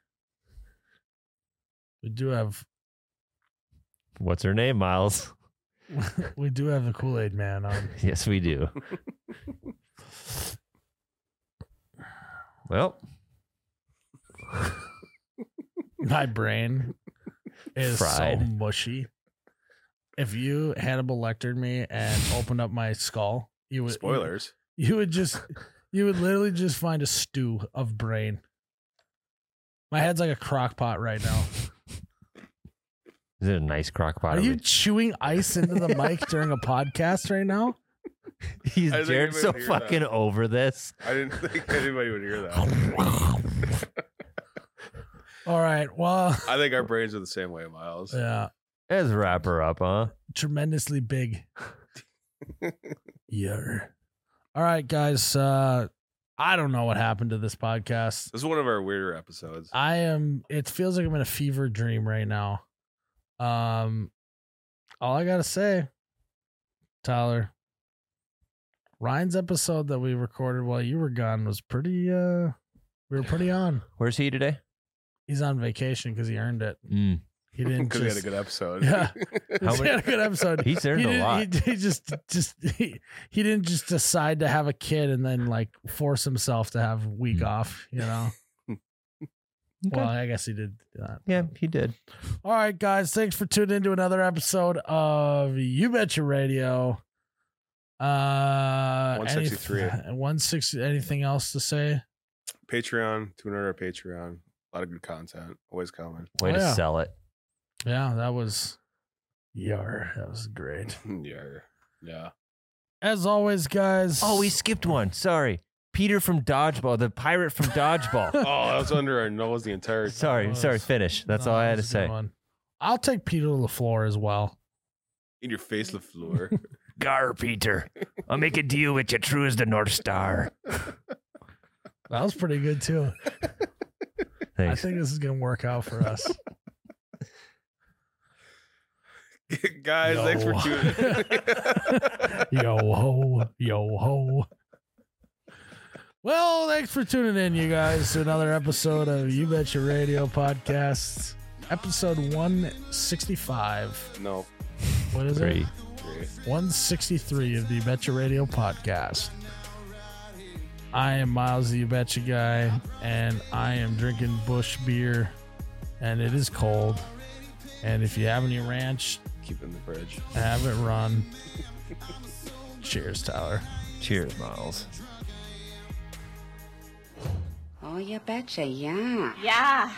Speaker 1: We do have
Speaker 3: What's her name, Miles?
Speaker 1: we do have the Kool-Aid man on.
Speaker 3: yes, we do. well,
Speaker 1: My brain is so
Speaker 3: Fried.
Speaker 1: mushy. If you Hannibal lectured me and opened up my skull, you would
Speaker 2: spoilers.
Speaker 1: You would just, you would literally just find a stew of brain. My head's like a crock pot right now.
Speaker 3: is it a nice crock pot?
Speaker 1: Are
Speaker 3: of
Speaker 1: you
Speaker 3: a-
Speaker 1: chewing ice into the mic during a podcast right now?
Speaker 3: He's
Speaker 2: I think
Speaker 3: Jared
Speaker 2: anybody
Speaker 3: so
Speaker 2: would hear that.
Speaker 3: fucking over this.
Speaker 2: I didn't think anybody would hear that.
Speaker 1: All right. Well,
Speaker 2: I think our brains are the same way, Miles.
Speaker 1: yeah,
Speaker 3: Let's wrap her up, huh?
Speaker 1: tremendously big. Yeah. All right, guys. Uh, I don't know what happened to this podcast.
Speaker 2: This is one of our weirder episodes.
Speaker 1: I am. It feels like I'm in a fever dream right now. Um, all I gotta say, Tyler, Ryan's episode that we recorded while you were gone was pretty. uh We were pretty on.
Speaker 3: Where's he today?
Speaker 1: He's on vacation because he earned it.
Speaker 3: Mm.
Speaker 1: He didn't
Speaker 2: because we had
Speaker 1: just.
Speaker 2: a good episode.
Speaker 1: Yeah.
Speaker 3: How
Speaker 1: he
Speaker 3: many-
Speaker 1: had a good episode.
Speaker 3: He's earned
Speaker 1: he,
Speaker 3: a
Speaker 1: didn't-
Speaker 3: lot.
Speaker 1: He, he just just he, he didn't just decide to have a kid and then like force himself to have a week
Speaker 3: Hmm.
Speaker 1: off, you know.
Speaker 3: Okay.
Speaker 1: Well, I guess he did do that.
Speaker 3: yeah, he did.
Speaker 1: All right, guys, thanks for tuning into another episode of You Betcha Radio. Uh,
Speaker 2: 163.
Speaker 1: One sixty. Anything else to say?
Speaker 2: Patreon, tune into our Patreon. A lot of good content. Always coming.
Speaker 3: Way
Speaker 1: Oh,
Speaker 3: to
Speaker 1: yeah.
Speaker 3: sell it.
Speaker 1: Yeah, that was. Yar, that was great.
Speaker 2: yeah. Yeah.
Speaker 1: As always, guys.
Speaker 3: Oh, we skipped one. Sorry. Peter from Dodgeball, the pirate from Dodgeball.
Speaker 2: Oh, that was under our nose the entire time.
Speaker 3: sorry,
Speaker 1: was-
Speaker 3: sorry, finish. That's
Speaker 1: No,
Speaker 3: all I
Speaker 1: that
Speaker 3: had to
Speaker 1: was a good
Speaker 3: say.
Speaker 1: one. I'll take Peter LaFleur as well.
Speaker 2: In your face, LaFleur.
Speaker 3: Gar, Peter. I'll make a deal with you, true as the North Star.
Speaker 1: That was pretty good too. I
Speaker 3: Thanks.
Speaker 1: think this is gonna work out for us.
Speaker 2: Guys, thanks for
Speaker 1: No.
Speaker 2: tuning in.
Speaker 1: yo ho, yo ho. Well, thanks for tuning in, you guys, to another episode of You Bet Your Radio podcast, episode one sixty five.
Speaker 2: no.
Speaker 1: What is
Speaker 3: Three.
Speaker 1: it? One sixty three of the You Bet Your Radio podcast. I am Miles, the You Betcha guy, and I am drinking Bush beer, and it is cold. And if you have any ranch,
Speaker 2: Keep it in the fridge.
Speaker 1: Have it run. Cheers, Tyler.
Speaker 3: Cheers, Miles.
Speaker 6: Oh, you betcha, yeah.
Speaker 7: Yeah.